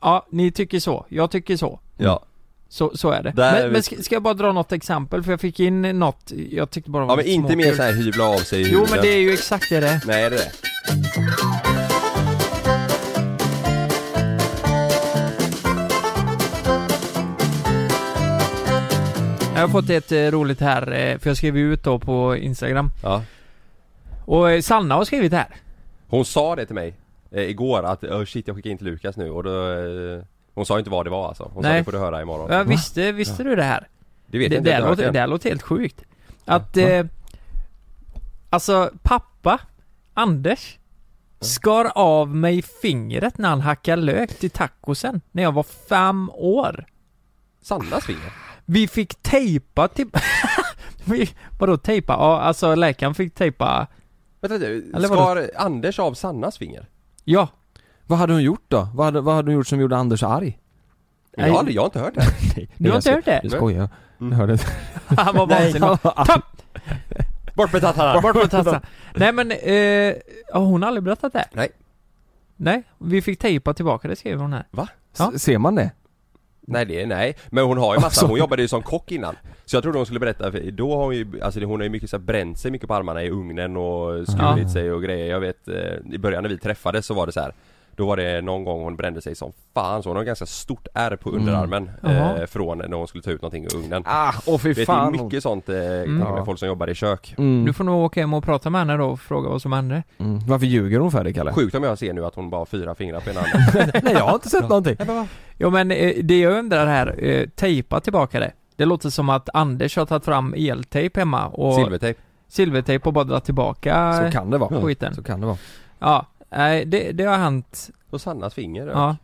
S6: Ja, ni tycker så. Jag tycker så.
S8: Ja,
S6: Så, så är det.
S8: Där är
S6: men
S8: vi-
S6: men ska, ska jag bara dra något exempel? För jag fick in något, jag tyckte bara det var
S8: ja men
S6: lite
S8: inte mer
S6: småkul.
S8: så här hyvla av sig i
S6: Jo men
S8: huden.
S6: det är ju exakt det det är.
S8: Nej det är det
S6: Jag har fått ett eh, roligt här, eh, för jag skrev ju ut då på Instagram.
S8: Ja
S6: Och eh, Sanna har skrivit här.
S8: Hon sa det till mig eh, igår att oh, shit jag skickar in till Lukas nu och då eh, Hon sa inte vad det var alltså, hon sa
S6: Nej.
S8: det får du höra imorgon
S6: Ja, visste, visste du det här?
S8: Det vet
S6: det,
S8: jag inte,
S6: det,
S8: jag har inte
S6: låter,
S8: hört
S6: det
S8: det
S6: här låter helt sjukt. Att eh, Alltså pappa Anders Skar av mig fingret när han hackade lök till tacosen när jag var fem år.
S8: Sannas finger?
S6: Vi fick tejpa till... Vi, vadå tejpa? Ja, alltså läkaren fick tejpa...
S8: Vänta lite,
S6: Eller
S8: skar Anders av Sannas finger?
S6: Ja.
S7: Vad hade hon gjort då? Vad hade, vad hade hon gjort som gjorde Anders arg?
S8: Jag
S6: Nej.
S8: har, aldrig- jag har inte hört det här.
S6: Du har inte hört det?
S8: Mm.
S7: Jag skojar, jag hörde inte
S6: Han var vansinnig. Tapp!
S8: Bort med tattarna!
S6: Bort med tassarna. Nej men, eh, har hon aldrig berättat det?
S8: Nej.
S6: Nej, vi fick tejpa tillbaka det skrev hon här. Ja.
S7: S- Ser man det?
S8: Nej det är nej, men hon har ju massa,
S7: Alltså.
S8: hon jobbade ju som kock innan Så jag trodde hon skulle berätta, för då har hon ju, alltså det- hon har ju mycket så här, bränt sig mycket på armarna i ugnen och skurit
S6: Ja.
S8: sig och grejer Jag vet, eh, i början när vi träffades så var det så här. Då var det någon gång hon brände sig som fan så hon har ett ganska stort ärr på underarmen eh,
S6: Mm. Jaha.
S8: Från när hon skulle ta ut någonting ur ugnen
S7: Ah, åh fy
S8: Vet
S7: fan.
S8: ni mycket sånt eh,
S6: Mm.
S8: med folk som jobbar i kök?
S7: Mm.
S6: Du får nog åka hem och prata med henne då och fråga vad som hände.
S7: Mm. Varför ljuger hon för dig Kalle?
S8: Sjukt om jag ser nu att hon bara har fyra fingrar på ena handen
S7: Nej jag har inte sett någonting.
S6: Ja men eh, det jag undrar här, eh, tejpa tillbaka det. Det låter som att Anders har tagit fram eltejp hemma och
S8: Silvertejp
S6: silvertejp och bara dragit tillbaka
S7: Så kan det vara.
S6: skiten.
S7: Så kan det vara.
S6: Ja, nej det, det har hänt.
S8: och Sannas finger
S6: Ja.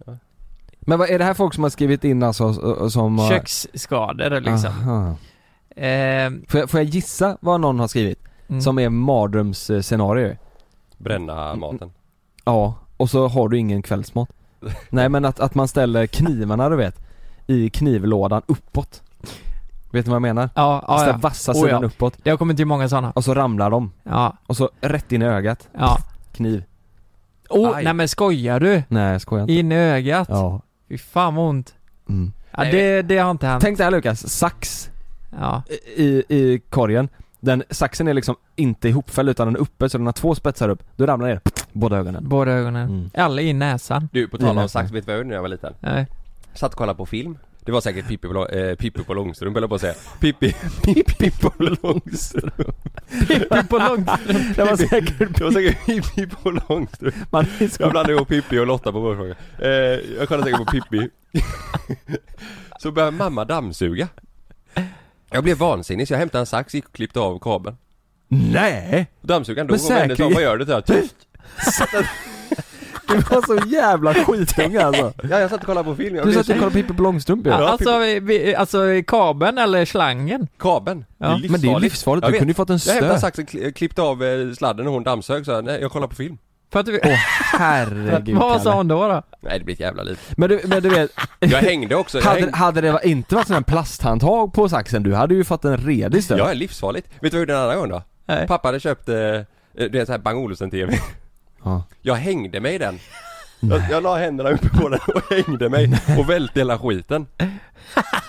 S7: Men vad, är det här folk som har skrivit in alltså s- och som... har- Ah.
S6: Köksskador liksom.
S7: Aha.
S6: Eh,
S7: Får, jag, får jag gissa vad någon har skrivit?
S6: mm.
S7: Som är mardrömsscenario?
S8: Bränna maten
S7: Ja, och så har du ingen kvällsmat. Nej men att, att man ställer knivarna du vet, i knivlådan uppåt. Vet ni vad jag menar?
S6: Ja,
S7: Ah,
S6: ja, ja.
S7: vassa
S6: Oh,
S7: sidan
S6: ja.
S7: uppåt
S6: Det har kommit till många sådana.
S7: och så ramlar de.
S6: Ja,
S7: Och så rätt in i ögat.
S6: ja.
S7: Kniv.
S6: Åh,
S8: Aj.
S6: nej men skojar du?
S7: Nej jag skojar inte.
S6: In i ögat?
S7: Ja.
S6: Fy fan vad ont.
S7: Mm.
S6: Ja,
S8: Nej,
S6: det, det har inte hänt.
S7: Tänk dig här Lukas, sax
S6: Ja.
S7: i, i korgen. Den saxen är liksom inte ihopfälld utan den är uppe så den har två spetsar upp. Då ramlar ner båda ögonen.
S6: Båda ögonen.
S7: Mm.
S6: Eller i näsan.
S8: Du, på
S7: Det
S8: tal
S7: är
S8: om sax, vet du vad jag gjorde när jag var liten?
S6: Nej.
S8: Satt och kollade på film Det var säkert Pippi på, lång- eh, Pippi på Långstrump höll jag på att säga Pippi, Pippi på Långstrump
S6: Pippi på långt.
S7: Det var säkert
S8: Det var säkert Pippi på Långstrump
S7: man
S8: Jag blandade ihop Pippi och Lotta på Vårfrågan eh, Jag kollade säkert på Pippi Så började mamma dammsuga Jag blev vansinnig så jag hämtade en sax, gick och klippte av kabeln
S7: Nej!
S8: Dammsugaren dog
S7: Men
S8: och vände sig om,
S7: säkert-
S8: vad gör du? Så jag, Tyst!
S7: Det var så jävla skitung alltså.
S8: Ja jag satt och kollade på film, jag
S7: Du
S8: blev
S7: satt och
S8: så...
S7: kollade Pippi Långstrump ju.
S8: Ja.
S6: Alltså, vi- vi, alltså kabeln eller slangen?
S8: Kabeln,
S6: Ja. Men det är
S7: Men det är ju livsfarligt,
S8: Jag
S7: du
S8: vet.
S7: kunde ju fått en
S8: Jag hämtade
S7: stöt.
S8: saxen, kli- klippte av eh, sladden och hon dammsög så jag, nej jag kollar på film
S6: För att vi,
S7: Åh herregud
S6: vad sa
S7: Kalle.
S6: hon då? då?
S8: Nej det blir ett jävla liv
S7: Men du, men du vet,
S8: Jag hängde också, jag,
S7: hade,
S8: hängde,
S7: hade det inte varit sån här plasthandtag på saxen, du hade ju fått en redig stöt.
S8: jag är livsfarligt. Vet du vad jag gjorde en annan gång då?
S6: Nej.
S8: Pappa hade köpt, eh, eh, du vet såhär Bang Olufsen-TV
S7: Ja.
S8: Jag hängde mig i den jag, jag la händerna uppe på den och hängde mig och välte hela skiten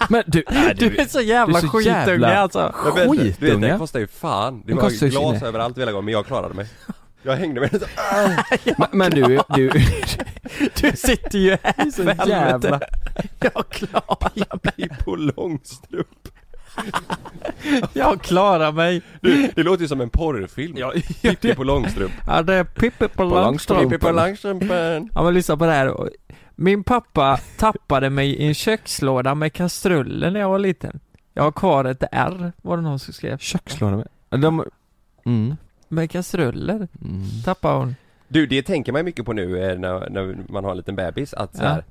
S7: Men du,
S6: Du är så jävla
S7: Du är så
S6: skitunge
S7: jävla-
S6: alltså.
S8: jag välte, Du vet
S7: Skitunge.
S8: den kostade ju fan, det
S7: Den
S8: var
S7: kostar
S8: ju
S7: ju
S8: glas
S7: sinne.
S8: överallt hela gången men jag klarade mig Jag hängde mig så,
S7: men, men du, du,
S6: Du sitter ju här för
S7: så
S6: helvete.
S7: jävla...
S6: Jag klarar mig.
S8: på långstrump
S6: Jag klarar mig.
S8: Du, det låter ju som en porrfilm Pippi på långstrump
S6: Ja, det är Pippi på
S8: Pippi på
S6: långstrumpen.
S8: långstrumpen
S6: Ja men lyssna på det här. Min pappa tappade mig i en kökslåda med kastrullen när jag var liten. Jag har kvar ett R, var det någon som skrev.
S7: Kökslåda med. De... Mm.
S6: Med kastruller
S7: Mm.
S6: tappade hon.
S8: Du det tänker man ju mycket på nu eh, när, när man har en liten bebis att så här,
S6: Ja.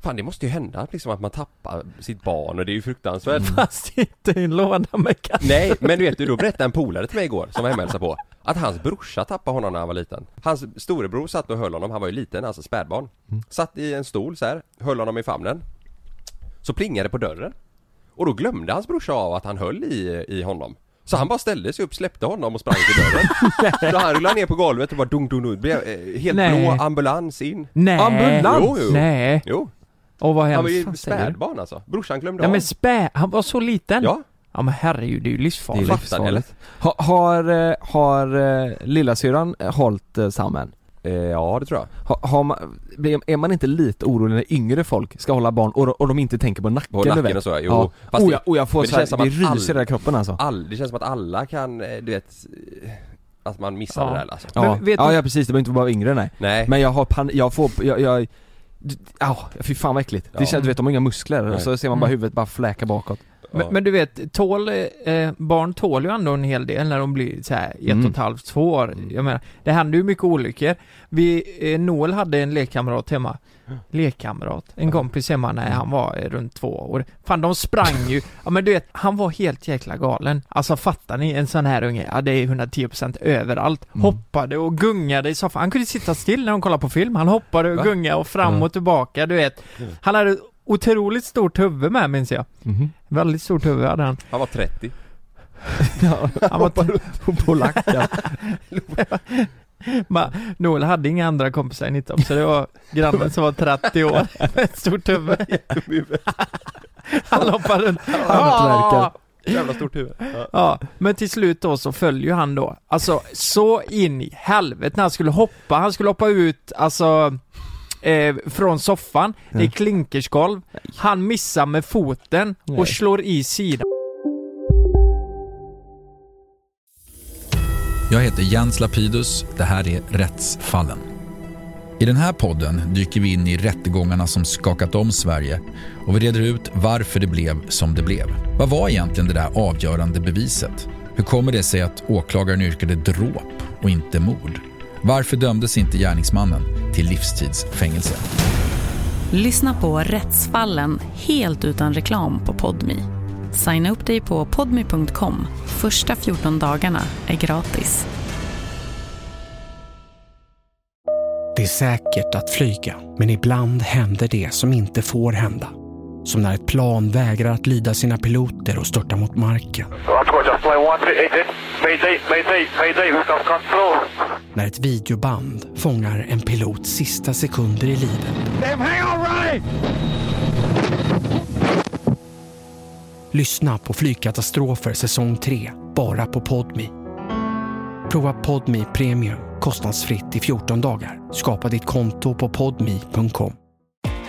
S8: Fan det måste ju hända liksom att man tappar sitt barn och det är ju fruktansvärt
S6: Fast inte i en låda med kastruller.
S8: Nej men du vet du, då berättade en polare till mig igår som var hemma och hälsade på Att hans brorsa tappade honom när han var liten Hans storebror satt och höll honom, han var ju liten, alltså spädbarn
S6: Mm.
S8: Satt i en stol så här, höll honom i famnen Så plingade det på dörren Och då glömde hans brorsa av att han höll i, i honom så han bara ställde sig upp, släppte honom och sprang till dörren. så han rullade ner på golvet och bara dunk dunk dunk, blev eh, helt
S6: Nej.
S8: blå ambulans in.
S6: Nej.
S7: Ambulans?
S8: Jo, jo.
S6: Nej.
S8: Jo,
S6: Åh vad
S8: han var
S6: hemskt.
S8: ju
S6: Fan, säger du?
S8: spädbarn alltså. Brorsan glömde
S6: Nej
S8: av.
S6: men spä, han var så liten?
S8: Ja,
S6: Ja men herregud, det är ju livsfarligt.
S8: Fattar ni, eller?
S7: Ha, har, eh, har eh, lillasyrran eh, hållit eh, samman?
S8: eh, ja det tror jag.
S7: Ha, har man, blir- är man inte lite orolig när yngre folk ska hålla barn och, och de inte tänker på nacken?
S8: På
S7: du
S8: nacken
S7: vet?
S8: och så, jo.
S7: Ja.
S8: Fast
S7: oh,
S8: det-
S7: jag, oh, jag får
S8: men det
S7: så här,
S8: känns som
S7: det
S8: att all-
S7: ryser i hela kroppen alltså.
S8: all, det känns som att alla kan, eh, du vet eh, Att man missar
S6: Ja.
S8: det där alltså.
S7: Ja,
S6: Men vet
S7: ja,
S6: du-
S7: ja precis, det behöver inte vara yngre nej.
S8: Nej,
S7: Men jag har pan... jag får, jag, jag d- Au, fy fan vad äckligt.
S8: Ja.
S7: Det känns, du vet de har inga muskler
S8: Nej.
S7: och så ser man bara
S6: Mm.
S7: huvudet bara fläka bakåt.
S8: ja.
S6: Men, men du vet, tål, eh, barn tål ju ändå en hel del när de blir så här ett och
S7: Mm.
S6: ett halvt, två år. Jag menar, det händer ju mycket olyckor. Vi, eh, Noel hade en lekkamrat hemma. Lekkamrat? En kompis hemma när han var eh, runt två år. Fan de sprang ju. Ja men du vet, han var helt jäkla galen. Alltså fattar ni? En sån här unge, ja det är 110% överallt. Hoppade och gungade i soffan. Han kunde sitta still när de kollade på film. Han hoppade och
S8: Va?
S6: gungade och fram och tillbaka, du vet. Han hade
S8: Mhm.
S6: otroligt stort huvud med minns jag. Väldigt stort huvud hade han.
S8: Han var 30
S7: Ja,
S6: Han var
S7: hoppar upp på lackan.
S6: Ma, Noel hade inga andra kompisar än Nittorp, så det var grannen som var 30 år med ett stort huvud. Han hoppade runt.
S7: Hantverkare.
S8: Jävla stort huvud. Ja.
S6: Ja, men till slut då så följer ju han då. Alltså så in i helvete när han skulle hoppa. Han skulle hoppa ut, alltså eh, från soffan. Det är
S7: Ja.
S6: klinkersgolv. Han missar med foten
S7: Nej.
S6: och slår i sidan.
S2: Jag heter Jens Lapidus. Det här är Rättsfallen. I den här podden dyker vi in i rättegångarna som skakat om Sverige och vi reder ut varför det blev som det blev. Vad var egentligen det där avgörande beviset? Hur kommer det sig att åklagaren yrkade dråp och inte mord? Varför dömdes inte gärningsmannen till livstidsfängelse?
S9: Lyssna på Rättsfallen helt utan reklam på Podmi. Signa upp dig på podmi.com. Första 14 dagarna är gratis.
S10: Det är säkert att flyga, men ibland händer det som inte får hända. Som när ett plan vägrar att lyda sina piloter och störtar mot marken. När ett videoband fångar en pilots sista sekunder i livet. Lyssna på Flygkatastrofer säsong 3, bara på Podmi. Prova Podmi Premium kostnadsfritt i 14 dagar. Skapa ditt konto på podmi.com.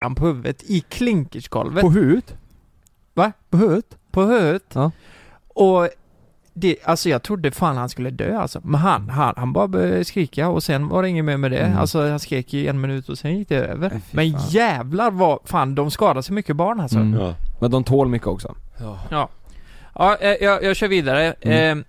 S6: Han på huvudet i klinkersgolvet.
S7: På huvudet?
S6: Va?
S7: På huvudet?
S6: På huvudet.
S7: Ja.
S6: Och det, alltså jag trodde fan han skulle dö alltså. Men han, han, han bara började skrika och sen var det inget mer med det.
S7: Mm.
S6: Alltså han skrek i en minut och sen gick det över.
S7: Nej, fy
S6: Men
S7: fan.
S6: jävlar vad, fan de skadar så mycket barn alltså.
S7: Mm.
S8: Ja.
S7: Men de tål mycket också.
S6: Ja, eh, jag, jag kör vidare.
S7: Mm.
S6: Eh,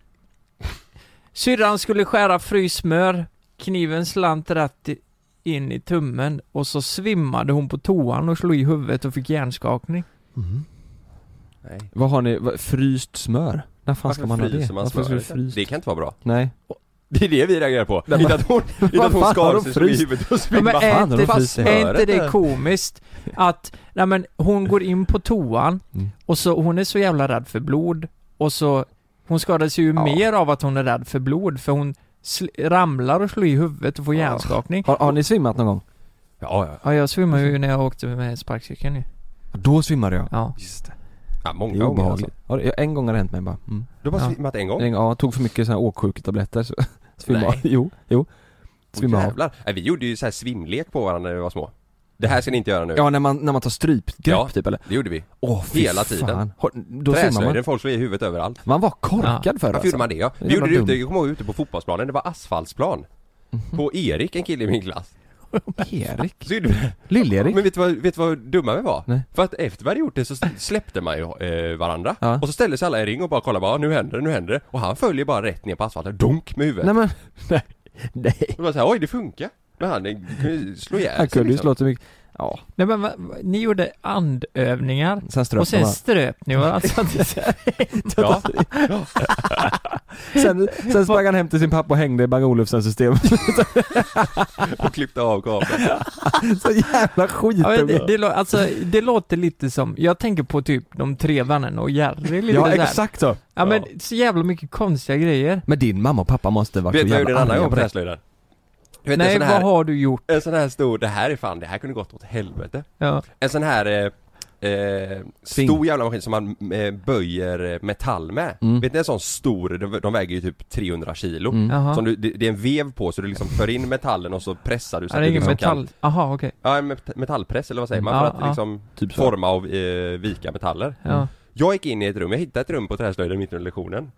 S6: syrran skulle skära frysmör, kniven slant rätt i- in i tummen och så svimmade hon på toan och slog i huvudet och fick hjärnskakning.
S8: Nej.
S7: Vad har ni? Vad, fryst smör? När fan
S8: Varför
S7: ska man ha det?
S8: fryser man
S7: Varför ska du
S8: smöret?
S7: fryst?
S8: Det kan inte vara bra.
S7: Nej.
S8: Det är det vi reagerar på.
S7: Nej,
S8: Inte att hon, inte att hon
S7: Vad fan har
S8: skar
S7: de
S8: sig så i
S7: fryst?
S8: huvudet och
S6: Ja,
S8: spydde.
S6: men
S7: vad
S6: är
S7: fan har de
S6: inte,
S7: fryst i
S6: är inte det
S8: örat?
S6: komiskt att, nej men hon går in på toan
S7: Mm.
S6: och så, hon är så jävla rädd för blod och så, hon skadas ju
S7: Ja.
S6: mer av att hon är rädd för blod för hon sl- ramlar och slår i huvudet och får
S7: Ja.
S6: hjärnskakning.
S7: Har, har ni svimmat någon gång?
S8: Ja, ja.
S6: Ja jag svimmade ju när jag åkte med sparkcykeln ju.
S7: Då svimmade jag.
S6: Ja.
S7: Just det.
S8: ja
S7: Det
S8: många
S7: är
S8: gånger
S7: obehagligt.
S8: alltså.
S7: Ja, det- en gång har det hänt mig bara. Mm.
S8: Du har bara
S6: Ja.
S8: svimmat en gång?
S7: En, ja, tog för mycket såna här åksjuketabletter så svimmade
S6: Nej.
S7: av. Jo, jo.
S8: Åh,
S7: Svimmade av.
S8: jävlar. Nej, vi gjorde ju så här svimlek på varandra när vi var små. Det här ska ni inte göra nu.
S7: Ja, när man, när man tar strypgrepp
S8: Ja.
S7: typ eller?
S8: Det gjorde vi.
S7: Åh, fy
S8: Hela tiden.
S7: fan. Har- Då svimmar man. Alltså.
S8: Träslöjden, folk slog i huvudet överallt.
S7: Man var korkad
S6: Ja.
S7: förr
S8: Varför gjorde man det ja? Vi
S7: Jävla
S8: gjorde det ute,
S7: dumt. Mhm.
S8: jag kommer ihåg ute på fotbollsplanen, det var asfaltsplan. På Erik, en kille i min klass.
S7: Erik?
S8: Så gjorde vi det.
S7: Lill-Erik?
S8: Men vet du, vad, vet du vad dumma vi var?
S7: Nej.
S8: För att efter vi hade gjort det så släppte man ju eh, varandra.
S7: Ja.
S8: Och så ställde sig alla i en ring och bara kollade bara, nu händer det, nu händer det. Och han följer bara rätt ner på asfalten, dunk med huvudet.
S7: Nej men, nej. Nej.
S8: Och bara såhär, oj det funkar. Men han eh, kunde ju slå ihjäl sig
S7: Han kunde ju
S8: liksom.
S7: slå till mycket. Ja,
S6: Nej men va, va, ni gjorde andövningar
S7: sen ströp
S6: och sen
S7: man.
S6: ströp ni varandra så att
S8: Ja,
S7: Sen, sen sprang han hem till sin pappa och hängde i Bang Olufsens system.
S8: och klippte av kabeln.
S7: Så jävla skit.
S6: ja, men det, det, lå- alltså, det låter lite som, jag tänker på typ de tre vännerna och Jerry lite
S7: Ja,
S6: där.
S7: exakt så.
S6: Ja men så jävla mycket konstiga grejer.
S7: Men din mamma och pappa måste varit
S8: Vet
S7: så
S8: du vad jag gjorde en
S7: jävla
S8: annan
S7: arga
S8: gång på
S7: på det.
S8: träslöjden? Du vet, en
S6: Nej
S8: sån
S6: vad
S8: här-
S6: har du gjort?
S8: En sån här stor, det här är fan, det här kunde gått åt helvete.
S6: Ja.
S8: En sån här eh, eh, stor
S7: Sving.
S8: jävla maskin som man eh, böjer eh, metall med.
S7: Mm.
S8: Vet ni en sån stor, de, de väger ju typ 300 kilo.
S7: Mm.
S6: Jaha.
S8: Som du, det, det är en vev på så du liksom för in metallen och så pressar du så
S6: ja, det är
S8: du
S6: ingen
S8: liksom
S6: metall. Aha, okej.
S8: Kan, ja, en met- metallpress eller vad säger man?
S6: Mm. Ja,
S8: För att
S6: ja.
S8: liksom
S7: Typ så.
S8: forma och eh, vika metaller.
S7: Mm.
S6: Ja.
S8: Jag gick in i ett rum, jag hittade ett rum på träslöjden mitt under lektionen.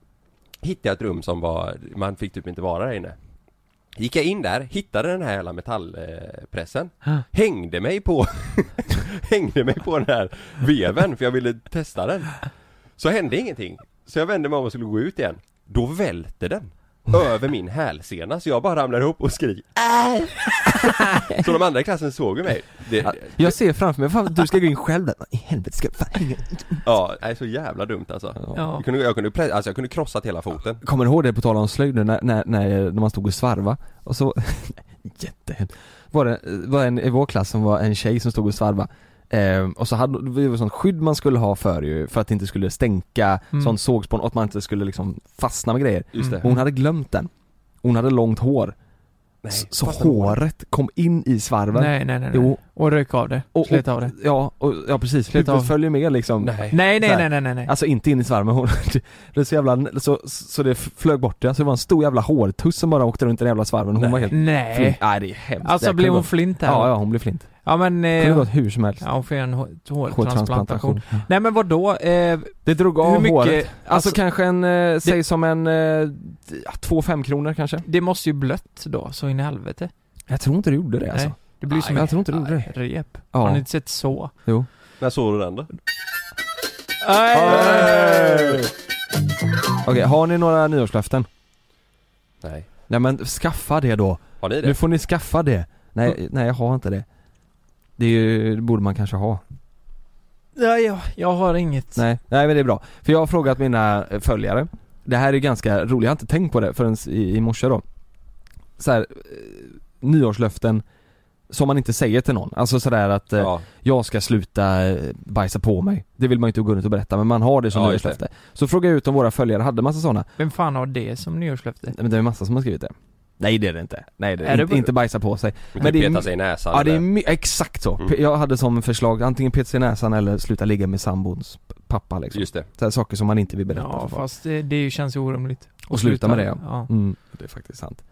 S8: Hittade ett rum som var, man fick typ inte vara där inne. Gick jag in där, hittade den här jävla metallpressen Hängde mig på Hängde mig på den här veven för jag ville testa den Så hände ingenting Så jag vände mig om och skulle gå ut igen Då välte den Över min hälsena så jag bara ramlade ihop och skrek "Aj!" Så de andra i klassen såg ju mig det, det,
S7: Jag ser framför mig, fan, du ska gå in själv där, Vad i helvete ska fan, hänga?
S8: Ja, nej så jävla dumt alltså
S7: Ja.
S8: jag, kunde, jag, kunde, pre- alltså, jag kunde krossat hela foten
S7: Kommer du ihåg det på tal om slöjd nu när, när, när, när man stod och svarva och så Jättehemskt Var det, var en i vår klass som var en tjej som stod och svarva ehm, och så hade, det var sånt skydd man skulle ha för ju, för att det inte skulle stänka,
S8: Mm.
S7: sånt sågspån och att man inte skulle liksom fastna med grejer
S8: Just det.
S7: Hon hade glömt den Hon hade långt hår
S8: Nej,
S7: S- Så
S8: fastnade hår.
S7: håret kom in i svarven
S6: Nej, nej, nej, nej.
S7: Jo
S6: Och rök av det,
S7: och,
S6: slet av det
S7: Ja, och, ja precis,
S6: Slet av.
S7: huvudet följer med liksom
S6: Nej, nej,
S7: Så här.
S6: nej, nej, nej, nej.
S7: Alltså inte in i svarven, hon, det är så jävla, så, så det flög bort det, alltså det var en stor jävla hårtuss som bara åkte runt i den jävla svarven, hon var helt
S6: Nej.
S7: Alltså, flint. Nej det är hemskt
S6: Alltså,
S7: Det här
S6: blev
S7: kunde
S6: hon
S7: gått-
S6: flint där?
S7: Ja, ja hon blev flint
S6: Ja men...
S7: Det
S6: Eh,
S7: kunde gått hur som helst
S6: ja, hon får göra en hår- hårtransplantation.
S7: Hårtransplantation.
S6: Nej men vadå? Eh,
S7: Det drog av
S6: hur mycket-
S7: håret, alltså,
S6: alltså-
S7: kanske en, eh, säg som en, eh, ja, två fem kronor kanske
S6: Det måste ju blött då, så in i helvete.
S7: Jag tror inte det gjorde det alltså
S6: Nej, det blir som
S7: Jag
S6: en-
S7: tror inte det gjorde det
S6: Rep.
S7: Ja.
S6: Har ni inte sett så?
S7: Jo
S8: När såg du den då?
S7: Okej, har ni några nyårslöften?
S8: Nej
S7: Nej men skaffa det Mm. då
S8: Har ni det?
S7: Nu får ni skaffa det Nej, nej jag har inte det Det är ju, det borde man kanske ha
S6: Nej, jag, jag har inget.
S7: Nej, nej men det är bra. För jag har frågat mina eh, följare Det här är ganska roligt, jag har inte tänkt på det förrän i, i morse då så här, eh, nyårslöften som man inte säger till någon. Alltså sådär att eh, jag ska sluta eh, bajsa på mig. Det vill man ju inte gå runt och berätta men man har det som
S6: Ja, just
S7: nyårslöfte. Så frågade jag ut om våra följare hade massa sådana.
S6: Vem fan har det som nyårslöfte?
S7: Men det är massa som har skrivit det. Nej det är det inte. Nej det är,
S6: Är det
S7: inte,
S6: på-
S7: inte bajsa på sig.
S8: Men typ peta sig i näsan
S7: Ja det är
S8: eller-
S7: my- exakt så. P- Jag hade som förslag antingen peta sig i näsan eller sluta ligga med sambons p- pappa liksom.
S8: Just det.
S7: Så här, saker som man inte vill berätta
S6: Ja,
S7: för folk.
S6: fast det, det är ju- känns ju orimligt.
S7: Och sluta med det ja.
S6: ja.
S7: Mm, det är faktiskt sant.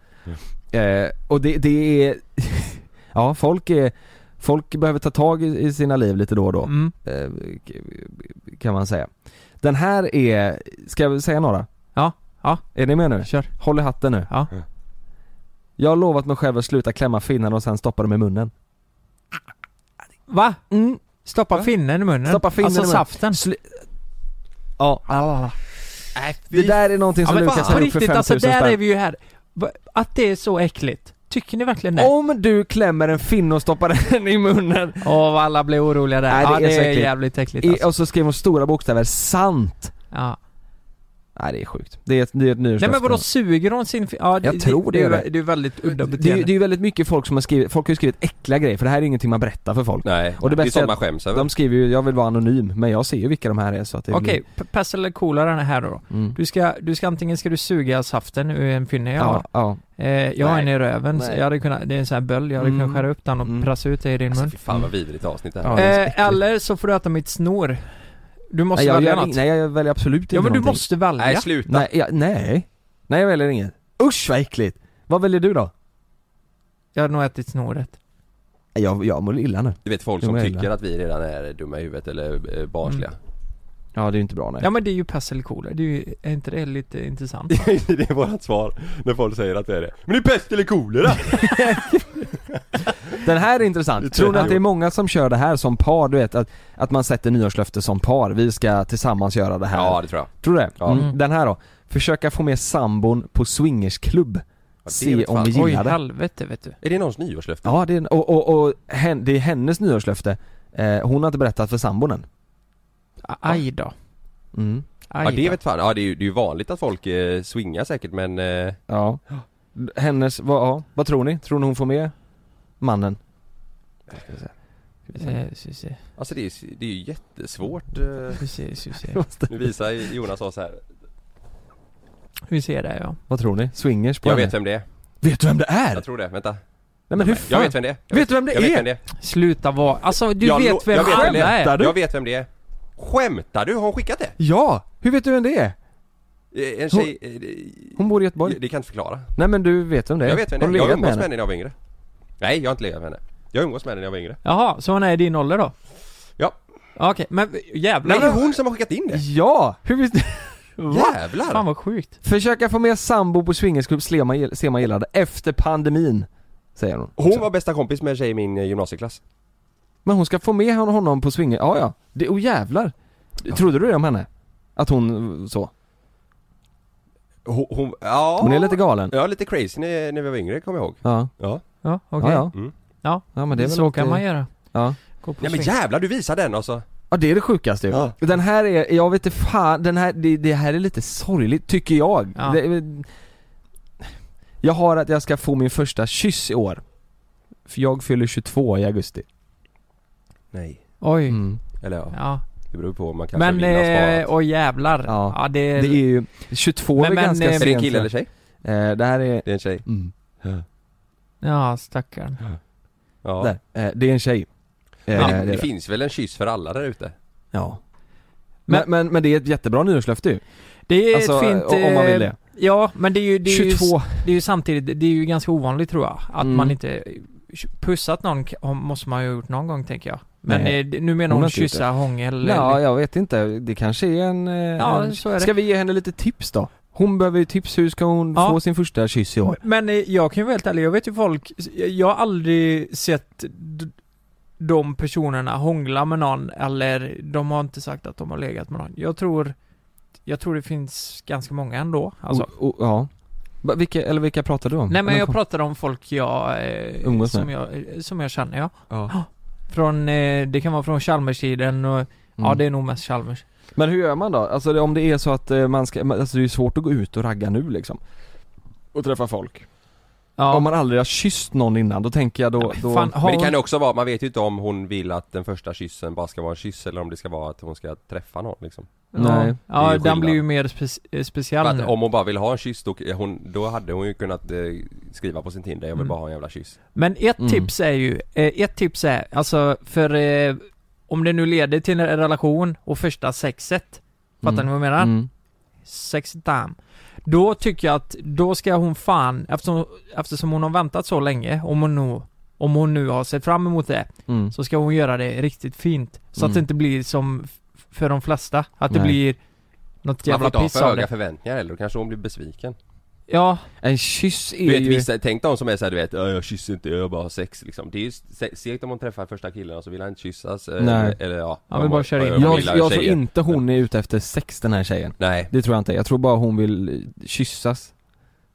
S7: Eh, och det, det är, ja folk är, folk behöver ta tag i, i sina liv lite då och då.
S6: Mm.
S7: Eh, k- kan man säga. Den här är, ska jag säga några?
S6: Ja, ja.
S7: Är ni med nu?
S6: Kör.
S7: Håll i hatten nu.
S6: Ja.
S7: Jag har lovat mig själv att sluta klämma finnarna och sen stoppa dem i munnen.
S6: Va? Stoppa finnen i munnen?
S7: Stoppa finnen
S6: alltså
S7: i munnen.
S6: saften?
S7: Ja.
S6: Ah,
S7: Det där är någonting som
S6: men
S7: Lukas
S6: fan,
S7: har
S6: på
S7: gjort för
S6: riktigt, alltså
S7: 5000
S6: där
S7: spänn.
S6: är vi ju här. Va- Att det är så äckligt. Tycker ni verkligen det?
S7: Om du klämmer en finne och stoppar den i munnen.
S6: Åh, vad alla blir oroliga där. ja, det
S7: så
S6: är, jävligt äckligt
S7: I-
S6: alltså.
S7: Och så skrev hon stora bokstäver, sant.
S6: Ja.
S7: Nej det är sjukt. Det är ett, det är ett
S6: Nej men vadå,
S7: nyårslöfte.
S6: suger hon sin... fi- Ja,
S7: Jag tror det
S6: är ju-
S7: är det.
S6: Det är ju väldigt udda
S7: Det är, ju-
S6: beteende.
S7: det är ju väldigt mycket folk som har skrivit, folk har ju skrivit äckliga grejer för det här är ingenting man berättar för folk.
S8: Nej,
S7: och det,
S8: det är
S7: bästa
S8: sånt
S7: att
S8: man skäms över.
S7: De skriver ju, jag vill vara anonym, men jag ser ju vilka de här är så att det
S6: Okej, p- pest eller kolera den här då.
S7: Mm.
S6: Du, ska, du ska antingen ska du suga saften ur en finne jag
S7: Ja,
S6: har.
S7: ja.
S6: Eh, jag har
S7: Nej.
S6: en i röven, så
S7: Nej.
S6: jag hade kunnat, det är en sån här böld, jag hade kunnat
S7: Mm.
S6: skära upp den och pressa ut det i din mun.
S8: Alltså, Fy fan vad vidrigt avsnitt det här var.
S6: eh, eller så får du äta mitt snor. Du måste
S7: nej, jag
S6: välja
S7: gör
S6: något.
S7: ing- Nej jag väljer absolut inte
S6: ja men du
S7: någonting.
S6: måste välja.
S7: Nej, jag, nej. nej jag väljer inget. Usch vad äckligt! Vad väljer du då?
S6: Jag hade nog ätit snoret.
S7: Nej, Jag, jag mår illa nu.
S8: Du vet folk
S7: Jag
S8: som
S7: mår
S8: tycker
S7: illa.
S8: att vi redan är dumma i huvudet eller eh, barnsliga.
S7: Ja det är ju inte bra nej.
S6: Ja men det är ju pest eller kolera, det är ju, är inte det lite intressant?
S8: det är vårat svar när folk säger att det är det. Men det är pest eller kolera!
S7: Den här är intressant. Tror ni att det är många som kör det här som par? Du vet att, att man sätter nyårslöfte som par. Vi ska tillsammans göra det här.
S8: Ja, det tror jag.
S7: Tror du det?
S8: Ja.
S7: Mm. Den här då. Försöka få med sambon på swingersklubb. Se om vi gillar
S6: Oj,
S7: det.
S6: helvete vet du.
S8: Är det någons nyårslöfte?
S7: Ja, det är, en- och, och, och hen, det är hennes nyårslöfte. Eh, hon har inte berättat för sambon än.
S6: Aj då.
S7: Mm.
S8: Ja det vet fan, ja det är ju, det är ju vanligt att folk eh, swingar säkert men... Eh,
S7: Ja. Hennes, vad, ja, vad tror ni? Tror ni hon får med mannen?
S6: Eh, ska vi se.
S8: alltså det är, ju- det är ju jättesvårt.
S6: Precis,
S7: Måste-
S8: Nu visar Jonas oss här.
S6: Vi ser det ja.
S7: Vad tror ni? Swingers på
S8: Jag
S7: henne?
S8: vet vem det är.
S7: Vet du vem det är?
S8: Jag tror det, vänta.
S7: Nej men hur
S8: Jag
S7: fan?
S8: vet vem det är. Jag
S7: Vet du vem det
S8: jag
S7: är?
S8: Vet vem det är.
S6: Sluta vara, alltså du
S8: jag lo-
S6: vet vem
S8: jag vet vem det
S6: alla
S8: är.
S6: är.
S8: Jag vet vem det är. Skämtar du? Har hon skickat det?
S7: Ja! Hur vet du vem det är?
S8: Eh, En tjej... eh,
S7: Hon bor i Göteborg.
S8: det- Det kan jag inte förklara.
S7: Nej men du vet vem det är?
S8: Jag vet vem det
S7: Har
S8: är.
S7: du
S8: Jag har
S7: legat
S8: umgås med henne när jag var yngre. Nej, jag har inte legat med henne. Jag umgås med henne när jag var yngre.
S6: Jaha, så hon är i din ålder då?
S8: Ja.
S6: Okej, men jävlar.
S8: Nej, det är hon som har skickat in det.
S7: Ja! Hur visste
S8: Jävlar!
S6: Fan vad sjukt.
S7: Försöka få med sambo på swingersklubb Slema gill- Sema gillade efter pandemin, säger hon.
S8: Hon var bästa kompis med en tjej i min eh, gymnasieklass.
S7: Men hon ska få med hon- honom på swinger, ja ja. Det, oh jävlar. Trodde du det om henne? Att hon så?
S8: Hon, ja.
S7: Hon är lite galen.
S8: Ja, lite crazy när, när vi var yngre kommer jag ihåg.
S7: Ja.
S8: Ja.
S6: Ja, okej.
S7: Ja,
S8: ja. Mm.
S6: Ja,
S7: Ja, men det är väl
S6: så
S7: inte-
S6: kan man göra.
S7: Ja.
S6: Gå på
S8: Nej men
S6: swing.
S8: jävlar, du visar den alltså.
S7: Ja det är det sjukaste ju.
S8: Ja.
S7: Den här är, jag vet inte fan, den här, det, det här är lite sorgligt tycker jag.
S6: Ja.
S7: Det, jag har att jag ska få min första kyss i år. För jag fyller 22 i augusti.
S8: Nej.
S6: Oj.
S7: Mm.
S8: Eller ja,
S6: Ja.
S8: det beror på om man kanske
S6: Men,
S8: vill ha
S6: eh,
S8: sparat.
S6: åh jävlar.
S7: Ja.
S6: Ja, det är...
S7: Det är ju, 22
S6: Men-
S7: är
S6: men,
S7: ganska
S6: eh,
S7: sent.
S8: Är det en kille eller tjej?
S7: Eh, det här är,
S8: Det är en tjej.
S7: mm,
S6: Ja, stackarn.
S8: Ja.
S7: där. Eh, det är en tjej. Eh,
S8: Men
S7: det är
S8: det, det
S7: det.
S8: finns väl en kyss för alla där ute?
S7: Ja. Men, men, men det är ett jättebra nyårslöfte ju.
S6: Det är
S7: Alltså,
S6: ett fint...
S7: o- om man vill
S6: eh,
S7: det.
S6: Ja, men det är ju... Det är
S7: 22.
S6: Ju, det är ju samtidigt, det är ju ganska ovanligt tror jag. Att
S7: Mm.
S6: man inte... Pussat någon k- har- måste man ju ha gjort någon gång tänker jag. Men
S7: Nej.
S6: eh, det- nu menar
S7: Hon
S6: hon,
S7: har inte gjort
S6: kyssa, hångel... eh,
S7: Ja,
S6: eller-
S7: jag vet inte. Det kanske är en... eh,
S6: Ja,
S7: en...
S6: så är det.
S7: Ska vi ge henne lite tips då? Hon behöver ju tips, hur ska hon
S6: Ja.
S7: få sin första kyss i år?
S6: Men eh, jag kan ju vara helt ärlig, jag vet ju folk, jag har aldrig sett d- de personerna hångla med någon eller de har inte sagt att de har legat med någon. Jag tror, jag tror det finns ganska många ändå. Alltså,
S7: O- o- ja. Va, vilka, eller vilka pratar du om?
S6: nej men
S7: Eller
S6: jag
S7: kom-
S6: pratar om folk jag, eh,
S7: Umgås
S6: som jag, eh, som jag känner ja.
S7: Ja.
S6: Från, eh, det kan vara från Chalmerstiden och, ja
S7: Mm.
S6: det är nog mest Chalmers.
S7: Men hur gör man då? Alltså det, om det är så att eh, man ska, man- alltså det är ju svårt att gå ut och ragga nu liksom. Och träffa folk.
S6: Ja.
S7: Om man aldrig har kysst någon innan, då tänker jag då...
S6: Nej,
S7: då
S6: fan,
S8: Men det
S6: hon-
S8: kan ju också vara, man vet ju inte om hon vill att den första kyssen bara ska vara en kyss eller om det ska vara att hon ska träffa någon liksom.
S7: Nej.
S8: Det är
S6: Ja,
S8: ju
S6: den
S8: skillnad.
S6: blir ju mer spe- eh,
S8: För
S6: speciell
S8: att
S6: nu.
S8: om hon bara vill ha en kyss då, hon, då hade hon ju kunnat eh, skriva på sin Tinder, jag vill
S6: Mm.
S8: bara ha en jävla kyss.
S6: Men ett
S7: Mm.
S6: tips är ju, eh, ett tips är, alltså för eh, om det nu leder till en relation och första sexet, fattar
S7: Mm.
S6: ni vad jag menar?
S7: Mm.
S6: Sex time. Då tycker jag att, då ska hon fan, eftersom, eftersom hon har väntat så länge, om hon nu, om hon nu har sett fram emot det,
S7: Mm.
S6: så ska hon göra det riktigt fint. Så
S7: Mm.
S6: att det inte blir som f- för de flesta, att det
S7: Nej.
S6: blir något
S8: Man får
S6: jävla
S8: inte ha
S6: piss
S8: för
S6: av
S8: höga
S6: det.
S8: förväntningar eller då kanske hon blir besviken.
S6: Ja,
S7: En kyss är
S8: Du vet
S7: ju...
S8: vissa, tänk de som är såhär du vet, "Ö, jag kysser inte, jag bara har sex liksom. Det är ju se- segt om hon träffar första killen och så vill han inte kyssas. eh,
S7: Nej.
S8: Eller ja.
S6: Ja, vi bara kör in.
S8: Jag,
S7: jag
S8: gillar
S7: jag tror
S8: tjejer.
S7: inte hon är ute efter sex den här tjejen.
S8: Nej.
S7: Det tror jag inte. Jag tror bara hon vill eh, kyssas.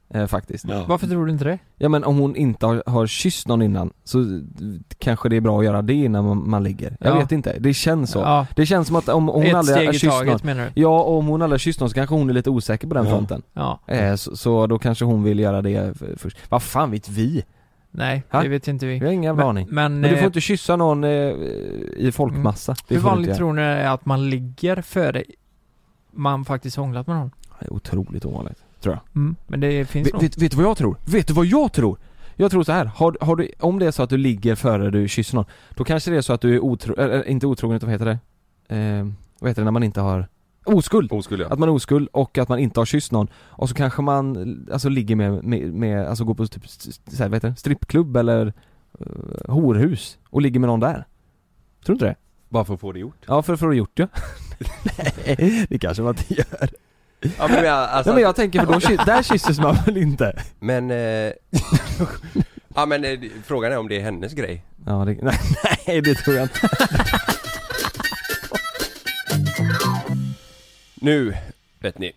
S7: Eh, faktiskt.
S6: varför tror du inte det?
S7: Ja men om hon inte har, har kysst någon innan så eh, kanske det är bra att göra det innan man, man ligger. Jag
S6: Ja.
S7: vet inte, det känns så.
S6: Ja,
S7: Det känns som att om, om hon
S6: ett
S7: aldrig har
S6: steg i
S7: kysst någon
S6: taget menar du?
S7: Ja, och om hon aldrig har kysst någon så kanske hon är lite osäker på den
S8: Ja.
S7: fronten.
S6: Ja,
S7: Eh, så, så då kanske hon vill göra det f- först. Vad fan vet vi?
S6: nej,
S7: Ha?
S6: det vet inte vi.
S7: Vi har ingen jävla
S6: Men-
S7: aning.
S6: Men,
S7: Men du
S6: eh,
S7: får inte kyssa någon eh, i folkmassa. Det
S6: hur
S7: får du inte
S6: vanligt
S7: göra.
S6: tror ni det är att man ligger före man faktiskt hånglat med någon?
S7: Det är otroligt ovanligt. Tror jag.
S6: Mm. Men det finns
S7: Vet,
S6: nog.
S7: vet, vet du vad jag tror? Vet du vad jag tror? Jag tror så här, har, har du, om det är så att du ligger före du kysser någon, då kanske det är så att du är otrogen, eller inte otrogen utan vad heter det? Eh, vad heter det när man inte har Oskuld!
S8: Oskuld ja.
S7: Att man är oskuld och att man inte har kysst någon och så kanske man alltså ligger med, med, med alltså går på typ, s- s- så här, vad heter det? Strippklubb eller uh, horhus och ligger med någon där. Tror du inte det?
S8: Bara för att få det gjort.
S7: Ja, för, för att ha gjort ja. Nej, det kanske man inte gör.
S8: Ja, men, jag- alltså,
S7: Nej men jag tänker för då, ky- där kysses man väl inte?
S8: men, eh, ja, men eh, frågan är om det är hennes grej.
S7: Ja, det, nej, nej det tror jag inte.
S8: Nu, vet ni.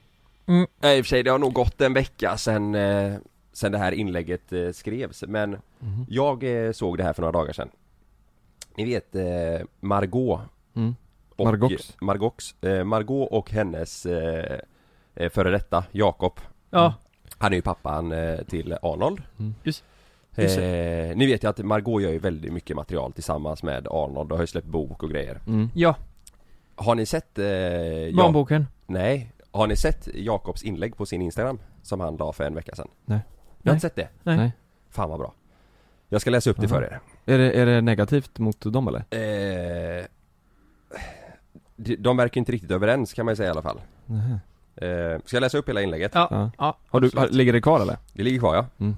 S6: Mm.
S8: Nej, i och för sig, det har nog gått en vecka sen, eh, sen det här inlägget eh, skrevs. Men
S7: Mhm.
S8: jag eh, såg det här för några dagar sedan. Ni vet eh, Margot
S7: Mm.
S8: och,
S7: Margox.
S8: Margox, eh, Margot och hennes eh, eh, före detta Jakob.
S6: Ja,
S8: Han är ju pappan eh, till Arnold.
S7: Mm.
S6: Just- just
S8: Eh, ni vet ju att Margot gör ju väldigt mycket material tillsammans med Arnold och har ju släppt bok och grejer.
S7: Mm.
S6: ja,
S8: Har ni sett eh, Ja-
S6: barnboken.
S8: Nej, har ni sett Jakobs inlägg på sin Instagram? Som han la för en vecka sedan?
S7: Nej.
S8: Ni har
S6: Nej.
S8: inte sett det?
S6: Nej.
S7: Nej.
S8: Fan vad bra Jag ska läsa upp det för er
S7: Är, det, är det negativt mot dem eller?
S8: eh, de- De verkar inte riktigt överens kan man ju säga i alla fall
S7: Nähä.
S8: eh, Ska jag läsa upp hela inlägget?
S6: Ja.
S7: Ja.
S6: Ja,
S7: Har du, har, ligger det kvar eller?
S8: Det ligger kvar ja
S7: Mm.